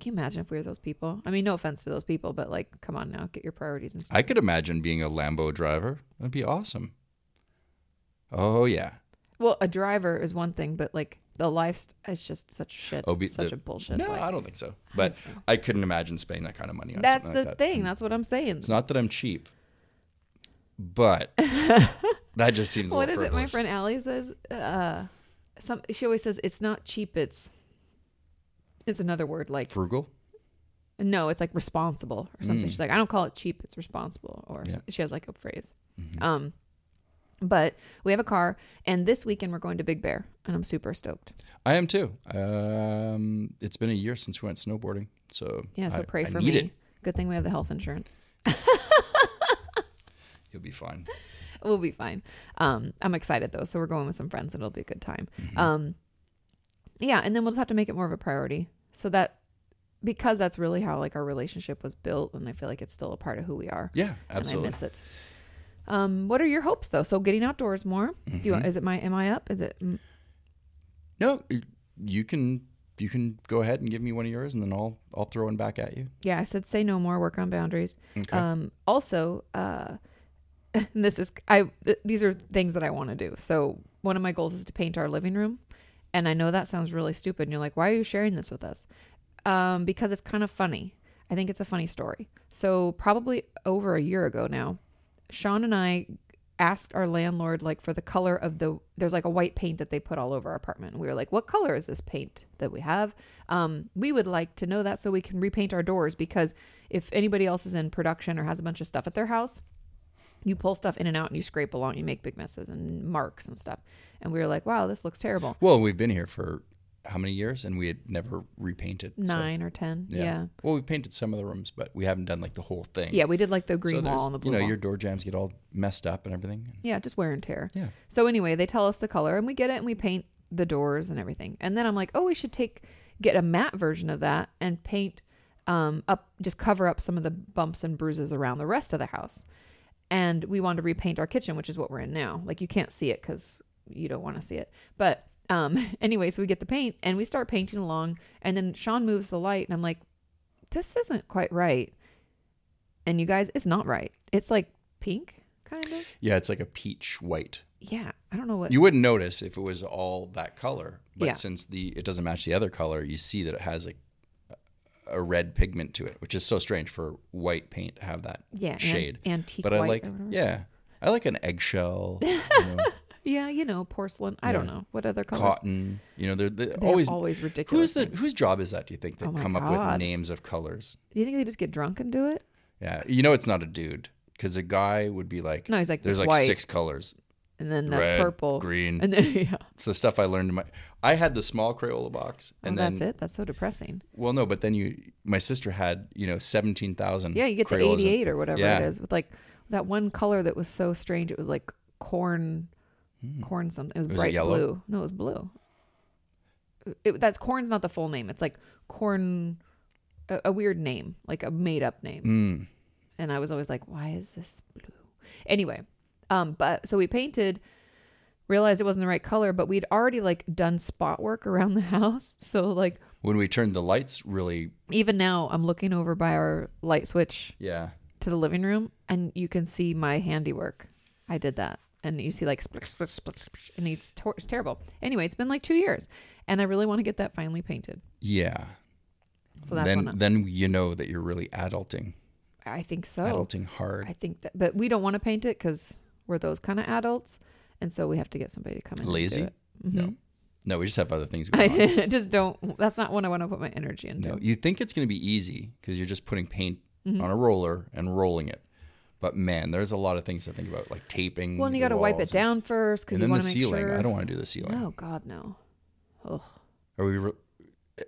Speaker 2: Can you imagine if we were those people? I mean, no offense to those people, but like, come on now, get your priorities and stuff.
Speaker 1: I could imagine being a Lambo driver. That'd be awesome. Oh yeah.
Speaker 2: Well, a driver is one thing, but like the life is just such shit.
Speaker 1: Oh, be-
Speaker 2: It's such
Speaker 1: the-
Speaker 2: a bullshit.
Speaker 1: no,
Speaker 2: like-
Speaker 1: I don't think so. But I couldn't imagine spending that kind of money on
Speaker 2: that's
Speaker 1: something
Speaker 2: the
Speaker 1: like that.
Speaker 2: thing. That's what I'm saying.
Speaker 1: It's not that I'm cheap,
Speaker 2: *laughs*
Speaker 1: but that just seems. a
Speaker 2: What
Speaker 1: little
Speaker 2: is it? My
Speaker 1: frivolous.
Speaker 2: friend Allie says. Uh, some she always says it's not cheap. It's it's another word like
Speaker 1: Frugal.
Speaker 2: no. It's like responsible or something. She's like I don't call it cheap. It's responsible. Or
Speaker 1: Mm. Yeah. Mm-hmm.
Speaker 2: she has like a phrase. Um, But we have a car, and this weekend we're going to Big Bear, and I'm super stoked.
Speaker 1: I am too. Um, it's been a year since we went snowboarding, so
Speaker 2: Yeah, so
Speaker 1: I-
Speaker 2: pray
Speaker 1: I
Speaker 2: for
Speaker 1: need
Speaker 2: me.
Speaker 1: It.
Speaker 2: Good thing we have the health insurance.
Speaker 1: You'll be fine.
Speaker 2: We'll be fine. Um, I'm excited though, so we're going with some friends, and it'll be a good time. Um, yeah, and then we'll just have to make it more of a priority, so that because that's really how like our relationship was built, and I feel like it's still a part of who we are.
Speaker 1: Yeah,
Speaker 2: And
Speaker 1: absolutely.
Speaker 2: I miss it. Um, what are your hopes though? So getting outdoors more. Do you, is it my am I up? Is it mm,
Speaker 1: No, you can you can go ahead and give me one of yours, and then I'll I'll throw one back at you.
Speaker 2: yeah? I said say no more. Work on boundaries.
Speaker 1: Okay.
Speaker 2: Um, also, uh, *laughs* and this is I. Th- these are things that I want to do. So one of my goals is to paint our living room, and I know that sounds really stupid. And you're like, why are you sharing this with us? Um, because it's kind of funny. I think it's a funny story. So probably over a year ago now, Sean and I asked our landlord like for the color of the there's like a white paint that they put all over our apartment. We were like, "What color is this paint that we have?" Um, we would like to know that so we can repaint our doors because if anybody else is in production or has a bunch of stuff at their house, you pull stuff in and out and you scrape along, you make big messes and marks and stuff. And we were like, "Wow, this looks terrible."
Speaker 1: well, we've been here for how many years, and we had never repainted. so-
Speaker 2: Nine or ten, yeah. yeah,
Speaker 1: Well, we painted some of the rooms, but we haven't done like the whole thing.
Speaker 2: We did like the
Speaker 1: So
Speaker 2: green
Speaker 1: there's-
Speaker 2: wall and the blue
Speaker 1: you know
Speaker 2: wall.
Speaker 1: your door jams get all messed up and everything.
Speaker 2: Yeah, just wear and tear.
Speaker 1: Yeah.
Speaker 2: So anyway, they tell us the color and we get it and we paint the doors and everything. And then I'm like, oh, we should take get a matte version of that and paint um, up just cover up some of the bumps and bruises around the rest of the house. And we wanted to repaint our kitchen, which is what we're in now. Like you can't see it because you don't want to see it. But um, *laughs* anyway, so we get the paint and we start painting along. And then Sean moves the light and I'm like, this isn't quite right. And you guys, it's not right. It's like pink, kind of.
Speaker 1: Yeah, it's like a peach white.
Speaker 2: Yeah, I don't know what.
Speaker 1: You wouldn't notice if it was all that color, but
Speaker 2: Yeah.
Speaker 1: since the it doesn't match the other color, you see that it has like a red pigment to it, which is so strange for white paint to have that
Speaker 2: yeah, an-
Speaker 1: shade.
Speaker 2: antique.
Speaker 1: but
Speaker 2: white
Speaker 1: I like
Speaker 2: or whatever.
Speaker 1: yeah, I like an
Speaker 2: *laughs*
Speaker 1: eggshell, you know,
Speaker 2: yeah, you know, porcelain. I don't know what other colors.
Speaker 1: cotton. You know, they're, they're
Speaker 2: They
Speaker 1: always
Speaker 2: always, always
Speaker 1: who's
Speaker 2: ridiculous.
Speaker 1: the whose job is that? Do you think that
Speaker 2: Oh my
Speaker 1: come up
Speaker 2: God.
Speaker 1: with names of colors?
Speaker 2: Do you think they just get drunk and do it?
Speaker 1: Yeah, you know, it's not a dude because a guy would be like,
Speaker 2: No, he's like
Speaker 1: there's
Speaker 2: that's
Speaker 1: like
Speaker 2: white,
Speaker 1: six colors:
Speaker 2: and then that's
Speaker 1: red,
Speaker 2: purple,
Speaker 1: green.
Speaker 2: *laughs* and then yeah.
Speaker 1: It's the stuff I learned in my. I had the small Crayola box,
Speaker 2: And
Speaker 1: and then
Speaker 2: Oh, that's it. That's so depressing.
Speaker 1: Well, no, but then you, my sister had, you know, 17,000.
Speaker 2: Yeah, you get
Speaker 1: Crayolas and-
Speaker 2: the 88 or whatever
Speaker 1: Yeah.
Speaker 2: it is with like that one color that was so strange. It was like corn, corn something. It was,
Speaker 1: Was Hmm. it
Speaker 2: bright
Speaker 1: yellow?
Speaker 2: blue. No, it was blue. It, that's corn's not the full name. It's like corn, a, a weird name, like a made up name.
Speaker 1: Mm.
Speaker 2: and I was always like, why is this blue? Anyway, um, but so we painted, realized it wasn't the right color, but we'd already like done spot work around the *laughs* house. So like
Speaker 1: When we turned the lights, really,
Speaker 2: even now, I'm looking over by our light switch
Speaker 1: yeah.
Speaker 2: to the living room, and you can see my handiwork. I did that. And you see like splish, splish, splish, splish, and it's, tor- it's terrible. Anyway, it's been like two years, and I really want to get that finally painted.
Speaker 1: Yeah.
Speaker 2: So that's
Speaker 1: then,
Speaker 2: one.
Speaker 1: then you know that you're really adulting,
Speaker 2: I think so.
Speaker 1: adulting hard.
Speaker 2: Oh, I think that, but we don't want to paint it because we're those kind of adults, and so we have to get somebody to come in.
Speaker 1: Lazy?
Speaker 2: And
Speaker 1: No. No, we just have other things
Speaker 2: do
Speaker 1: going on.
Speaker 2: it. *laughs* Mm-hmm. I just don't. That's not what I want to put my energy into.
Speaker 1: No, you think it's going to be easy because you're just putting paint
Speaker 2: Mm-hmm.
Speaker 1: on a roller and rolling it. But man, there's a lot of things to think about, like taping.
Speaker 2: Well, and you
Speaker 1: the
Speaker 2: got to wipe
Speaker 1: walls
Speaker 2: it down first because
Speaker 1: And,
Speaker 2: you
Speaker 1: then the
Speaker 2: want to make
Speaker 1: ceiling.
Speaker 2: sure.
Speaker 1: I don't want to do the ceiling.
Speaker 2: Oh God, no. Ugh.
Speaker 1: Are we? Re-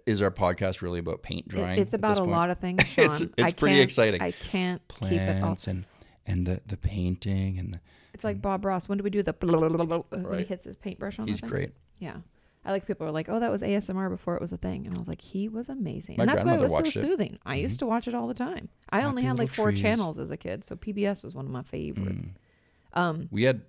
Speaker 1: is our podcast really about paint
Speaker 2: It-
Speaker 1: drying?
Speaker 2: it's
Speaker 1: at
Speaker 2: about
Speaker 1: this
Speaker 2: a
Speaker 1: point?
Speaker 2: lot of things. Sean.
Speaker 1: *laughs* It's-
Speaker 2: I
Speaker 1: it's pretty
Speaker 2: can't-
Speaker 1: exciting.
Speaker 2: I can't keep it all.
Speaker 1: plants and and the the painting and the,
Speaker 2: It's like Bob Ross. When do we do the blah, blah, blah, blah, blah, *laughs* when he
Speaker 1: Right.
Speaker 2: hits his paintbrush on? the
Speaker 1: he's
Speaker 2: thing?
Speaker 1: great.
Speaker 2: Yeah. I like people were like, "Oh, that was ASMR before it was a thing," and I was like, "He was amazing."
Speaker 1: My
Speaker 2: and that's why it
Speaker 1: grandmother
Speaker 2: was so
Speaker 1: watched it. Mm-hmm.
Speaker 2: soothing. I used to watch it all the time. I only
Speaker 1: Happy
Speaker 2: had like
Speaker 1: Little
Speaker 2: four
Speaker 1: Trees. Mm.
Speaker 2: channels as a kid, so PBS was one of my favorites. Mm.
Speaker 1: We had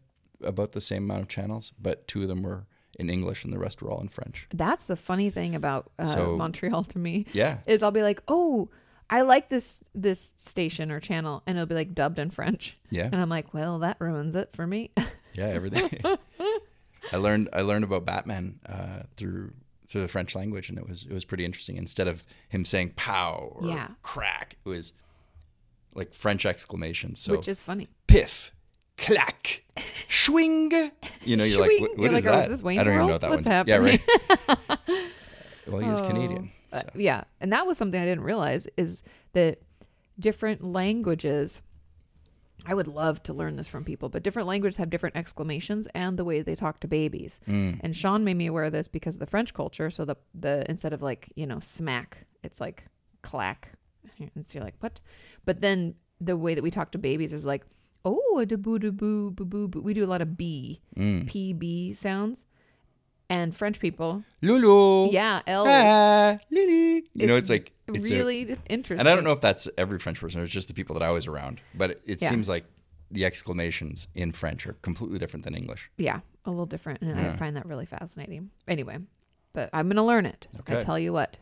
Speaker 1: about the same amount of channels, but two of them were in English and the rest were all in French.
Speaker 2: That's the funny thing about uh,
Speaker 1: So-
Speaker 2: Montreal to me
Speaker 1: Yeah,
Speaker 2: is I'll be like, "Oh, I like this this station or channel," and it'll be like dubbed in French,
Speaker 1: yeah,
Speaker 2: and I'm like, "Well, that ruins it for me." *laughs*
Speaker 1: yeah. Everything. I learned I learned about Batman uh, through through the French language, and it was it was pretty interesting. Instead of him saying "pow" or
Speaker 2: Yeah.
Speaker 1: "crack," it was like French exclamations. So
Speaker 2: Which is funny.
Speaker 1: piff, clack, schwing. You know, you're like,
Speaker 2: Schwing.
Speaker 1: what,
Speaker 2: You're
Speaker 1: what is
Speaker 2: like, oh, is
Speaker 1: that?
Speaker 2: this Wayne's
Speaker 1: I don't even
Speaker 2: World?
Speaker 1: know what that
Speaker 2: What's
Speaker 1: one.
Speaker 2: happening?
Speaker 1: Yeah,
Speaker 2: *laughs*
Speaker 1: right. well, he is Canadian.
Speaker 2: Uh,
Speaker 1: so.
Speaker 2: yeah and that was something i didn't realize is that different languages I would love to learn this from people, but different languages have different exclamations and the way they talk to babies.
Speaker 1: Mm.
Speaker 2: And Sean made me aware of this because of the French culture. So the the instead of like you know smack, it's like clack. And so you're like what? But then the way that we talk to babies is like oh da boo da boo boo boo boo. We do a lot of b
Speaker 1: Mm.
Speaker 2: p b sounds, and French people
Speaker 1: Lulu.
Speaker 2: yeah l
Speaker 1: Ah, Lily. You know, it's
Speaker 2: It's
Speaker 1: like it's a-
Speaker 2: really interesting.
Speaker 1: and I don't know if that's every French person or it's just the people that I was around, but it, it
Speaker 2: Yeah.
Speaker 1: seems like the exclamations in French are completely different than English.
Speaker 2: yeah, a little different. And I find that really fascinating. Anyway, but I'm going to learn it. I
Speaker 1: Okay.
Speaker 2: tell you what.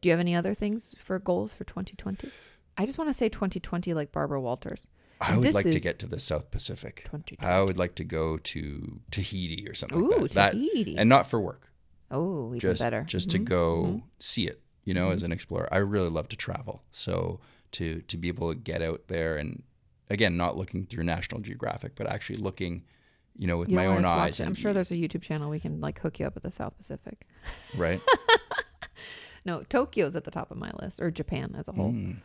Speaker 2: Do you have any other things for goals for 2020? I just want to say 2020 like Barbara Walters.
Speaker 1: I would
Speaker 2: This
Speaker 1: like to
Speaker 2: is-
Speaker 1: get to the South Pacific.
Speaker 2: 2020.
Speaker 1: I would like to go to Tahiti or something
Speaker 2: Ooh,
Speaker 1: like that. That-
Speaker 2: Tahiti.
Speaker 1: and not for work.
Speaker 2: Oh, even
Speaker 1: Just
Speaker 2: better. Mm-hmm.
Speaker 1: just to go see it, you know, as an explorer. I really love to travel. So to to be able to get out there and again, not looking through National Geographic, but actually looking, you know, with
Speaker 2: You
Speaker 1: my
Speaker 2: don't wanna
Speaker 1: own
Speaker 2: just watch
Speaker 1: eyes
Speaker 2: it. I'm
Speaker 1: and
Speaker 2: sure there's a YouTube channel we can like hook you up with the South Pacific. *laughs*
Speaker 1: right?
Speaker 2: No, Tokyo's at the top of my list or Japan as a whole.
Speaker 1: Mm.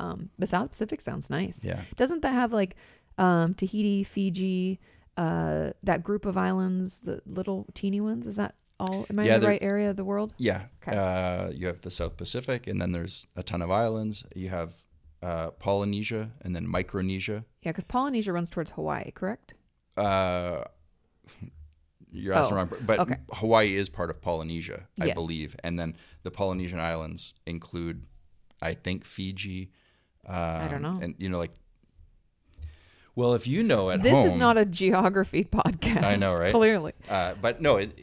Speaker 2: Um, but South Pacific sounds nice.
Speaker 1: Yeah.
Speaker 2: Doesn't that have like um, Tahiti, Fiji, uh, that group of islands, the little teeny ones? Is that all? Am I
Speaker 1: Yeah,
Speaker 2: in the
Speaker 1: they're-
Speaker 2: right area of the world?
Speaker 1: Yeah.
Speaker 2: Okay.
Speaker 1: Uh, you have the South Pacific, and then there's a ton of islands. You have uh, Polynesia, and then Micronesia.
Speaker 2: Yeah, because Polynesia runs towards Hawaii, correct?
Speaker 1: Uh, you're asking
Speaker 2: Oh,
Speaker 1: wrong, but
Speaker 2: okay.
Speaker 1: Hawaii is part of Polynesia, I
Speaker 2: Yes.
Speaker 1: believe. And then the Polynesian islands include, I think, Fiji. Um, I
Speaker 2: don't know.
Speaker 1: And you know, like, well, if you know at
Speaker 2: This
Speaker 1: home,
Speaker 2: is not a geography *laughs* podcast.
Speaker 1: I know, right?
Speaker 2: Clearly,
Speaker 1: uh, but no, it,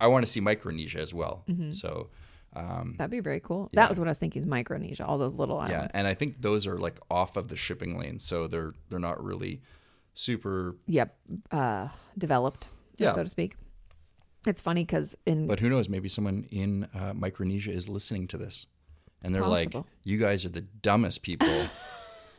Speaker 1: I want to see Micronesia as well.
Speaker 2: Mm-hmm.
Speaker 1: So
Speaker 2: that'd be very cool. That was what I was thinking: is Micronesia, all those little
Speaker 1: Hmm. Yeah,
Speaker 2: islands.
Speaker 1: and I think those are like off of the shipping lane, so they're they're not really super.
Speaker 2: Yeah, uh, developed,
Speaker 1: Yeah.
Speaker 2: so to speak. It's funny because in
Speaker 1: But who knows? Maybe someone in uh, Micronesia is listening to this, and they're like,
Speaker 2: possible.
Speaker 1: "You guys are the dumbest
Speaker 2: *laughs*
Speaker 1: people."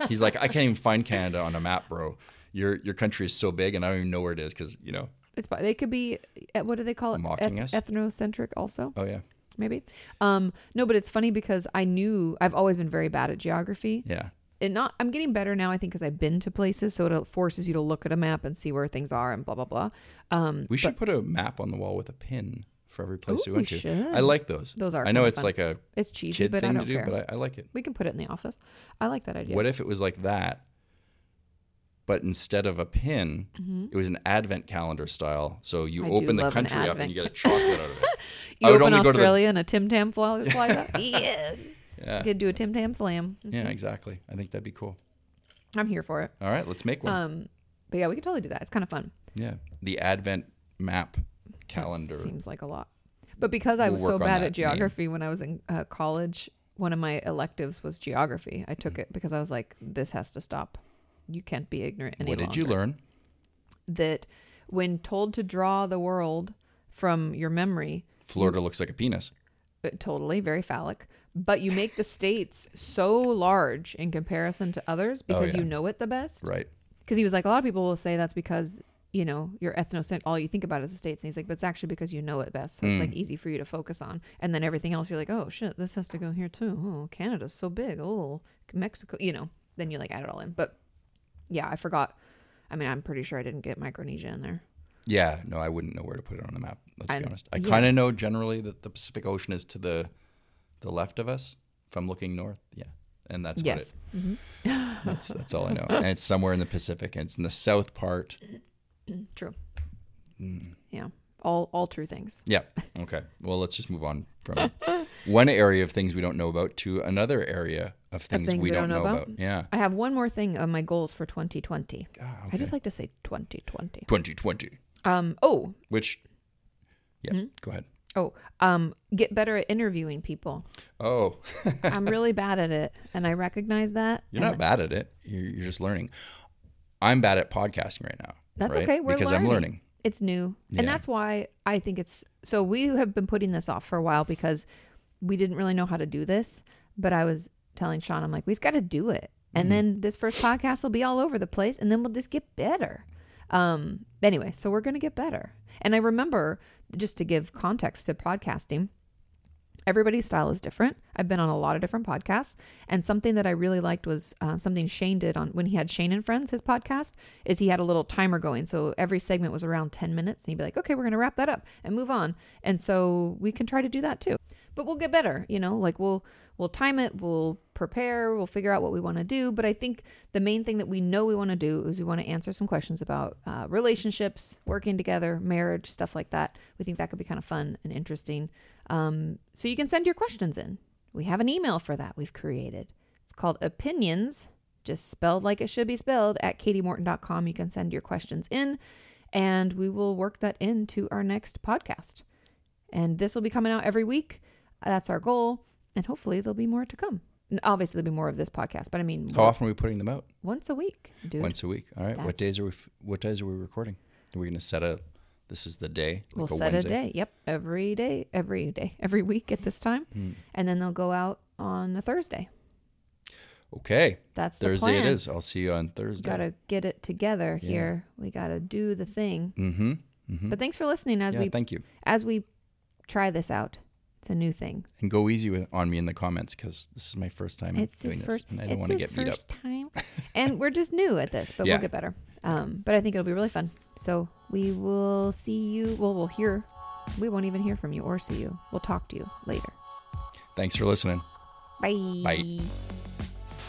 Speaker 1: He's like, "I can't even find Canada on a map, bro. Your your country is so big, and I don't even know where it is because you know."
Speaker 2: It's po- they could be uh, what do they call it?
Speaker 1: Mocking us?
Speaker 2: Ethnocentric also
Speaker 1: Oh yeah,
Speaker 2: maybe. Um, no, but it's funny because I knew I've always been very bad at geography.
Speaker 1: yeah,
Speaker 2: And not I'm getting better now I think because I've been to places, so it forces you to look at a map and see where things are and blah blah blah. Um,
Speaker 1: we should put a map on the wall with a pin for every place
Speaker 2: Ooh,
Speaker 1: we went
Speaker 2: we
Speaker 1: to.
Speaker 2: should.
Speaker 1: I like those.
Speaker 2: Those are
Speaker 1: I know
Speaker 2: kinda
Speaker 1: it's
Speaker 2: fun.
Speaker 1: like a
Speaker 2: it's cheesy,
Speaker 1: kid
Speaker 2: but I
Speaker 1: thing to
Speaker 2: don't
Speaker 1: do,
Speaker 2: care.
Speaker 1: but I, I like it.
Speaker 2: we can put it in the office. I like that idea.
Speaker 1: What if it was like that, but instead of a pin, it was an advent calendar style? So you
Speaker 2: Mm-hmm. I do
Speaker 1: open the
Speaker 2: love an
Speaker 1: country up and
Speaker 2: advent
Speaker 1: you get a chocolate out of
Speaker 2: *laughs*
Speaker 1: it.
Speaker 2: you
Speaker 1: I would
Speaker 2: open
Speaker 1: only go to the-
Speaker 2: Australia and a Tim Tam fly-
Speaker 1: *laughs*
Speaker 2: flies up. yes,
Speaker 1: Yeah.
Speaker 2: could do a Tim Tam slam.
Speaker 1: Yeah, exactly. I think that'd be cool.
Speaker 2: I'm here for it.
Speaker 1: All right, let's make one.
Speaker 2: Um, but yeah, we could totally do that. It's kind of fun.
Speaker 1: yeah, the advent map
Speaker 2: That
Speaker 1: calendar.
Speaker 2: seems like a lot but because i
Speaker 1: We'll
Speaker 2: was so
Speaker 1: work on
Speaker 2: bad
Speaker 1: that
Speaker 2: at
Speaker 1: name.
Speaker 2: geography when i was in uh, college one of my electives was geography i
Speaker 1: Mm-hmm.
Speaker 2: took it because i was like this has to stop you can't be ignorant any
Speaker 1: What did you
Speaker 2: longer."
Speaker 1: learn?
Speaker 2: that when told to draw the world from your memory Mm.
Speaker 1: Florida looks like a penis.
Speaker 2: uh, totally very phallic but you make the states so large in comparison to others because
Speaker 1: Oh, yeah.
Speaker 2: you know it the best
Speaker 1: Right.
Speaker 2: because he was like a lot of people will say that's because you know you're ethnocent all you think about is the states and he's like but it's actually because you know it best so
Speaker 1: Mm.
Speaker 2: it's like easy for you to focus on and then everything else you're like oh shit this has to go here too oh canada's so big oh mexico you know then you like add it all in but yeah i forgot i mean i'm pretty sure i didn't get micronesia in there
Speaker 1: Yeah, no, I wouldn't know where to put it on the map. Let's
Speaker 2: And-
Speaker 1: be honest. I
Speaker 2: yeah.
Speaker 1: kind of know generally that the Pacific Ocean is to the the left of us if I'm looking north. Yeah, and that's what it
Speaker 2: yes hmm
Speaker 1: That's that's all I know. And it's somewhere in the Pacific, and it's in the south part.
Speaker 2: true
Speaker 1: Mm.
Speaker 2: yeah all all true things
Speaker 1: Yeah. Okay. Well, let's just move on from one area of things we don't know about to another area of things, we, don't, know about. Yeah.
Speaker 2: i have one more thing on my goals for 2020
Speaker 1: Ah,
Speaker 2: i
Speaker 1: okay.
Speaker 2: just like to say 2020
Speaker 1: 2020,
Speaker 2: um oh
Speaker 1: which, yeah, go ahead.
Speaker 2: Oh, um, get better at interviewing people.
Speaker 1: Oh,
Speaker 2: I'm really bad at it, and I recognize that.
Speaker 1: you're not bad at it. You're, you're just learning. I'm bad at podcasting right now.
Speaker 2: That's
Speaker 1: right?
Speaker 2: okay. We're
Speaker 1: because I'm learning.
Speaker 2: It's new,
Speaker 1: Yeah.
Speaker 2: and that's why I think it's so. We have been putting this off for a while because we didn't really know how to do this. But I was telling Sean, I'm like, we've got to do it, and
Speaker 1: Mm-hmm.
Speaker 2: then this first podcast will be all over the place, and then we'll just get better. Um, anyway, so we're gonna get better. And I remember just to give context to podcasting. everybody's style is different. I've been on a lot of different podcasts, and something that I really liked was um, something Shane did on when he had Shane and Friends, his podcast, is he had a little timer going, so every segment was around ten minutes, and he'd be like, "Okay, we're gonna wrap that up and move on," and so we can try to do that too. But we'll get better, you know, like we'll we'll time it, we'll prepare, we'll figure out what we want to do. But I think the main thing that we know we want to do is we want to answer some questions about uh, relationships, working together, marriage, stuff like that. We think that could be kind of fun and interesting. Um, so you can send your questions in. We have an email for that we've created. It's called opinions, just spelled like it should be spelled, at katiemorton.com. You can send your questions in and we will work that into our next podcast. And this will be coming out every week. Uh, That's our goal. And hopefully there'll be more to come. And obviously, there'll be more of this podcast, but I mean,
Speaker 1: How often are we putting them out?
Speaker 2: once a week,
Speaker 1: Oh.
Speaker 2: dude.
Speaker 1: Once a week. All right. What
Speaker 2: That's-
Speaker 1: days are we? f- What days are we recording? Are we going to set a? This is the day. Like
Speaker 2: we'll set a day. Yep, every day, every day, *laughs* every week at this time,
Speaker 1: Hmm.
Speaker 2: and then they'll go out on a Thursday.
Speaker 1: Okay.
Speaker 2: That's the
Speaker 1: Thursday
Speaker 2: plan.
Speaker 1: it is. I'll see you on Thursday.
Speaker 2: Gotta get it together here. We gotta do the thing.
Speaker 1: Mm-hmm. Mm-hmm.
Speaker 2: But thanks for listening as
Speaker 1: yeah.
Speaker 2: we
Speaker 1: Thank you.
Speaker 2: as we try this out. It's a new thing.
Speaker 1: And go easy with, on me in the comments because this is my first time
Speaker 2: It's
Speaker 1: doing
Speaker 2: his
Speaker 1: this,
Speaker 2: first.
Speaker 1: and I don't
Speaker 2: It's
Speaker 1: want to get
Speaker 2: his
Speaker 1: beat up.
Speaker 2: first
Speaker 1: *laughs*
Speaker 2: time, and we're just new at this, but
Speaker 1: Yeah.
Speaker 2: we'll get better. Um, but I think it'll be really fun. So we will see you. Well, we'll hear. We won't even hear from you or see you. We'll talk to you later.
Speaker 1: Thanks for listening.
Speaker 2: Bye.
Speaker 1: Bye.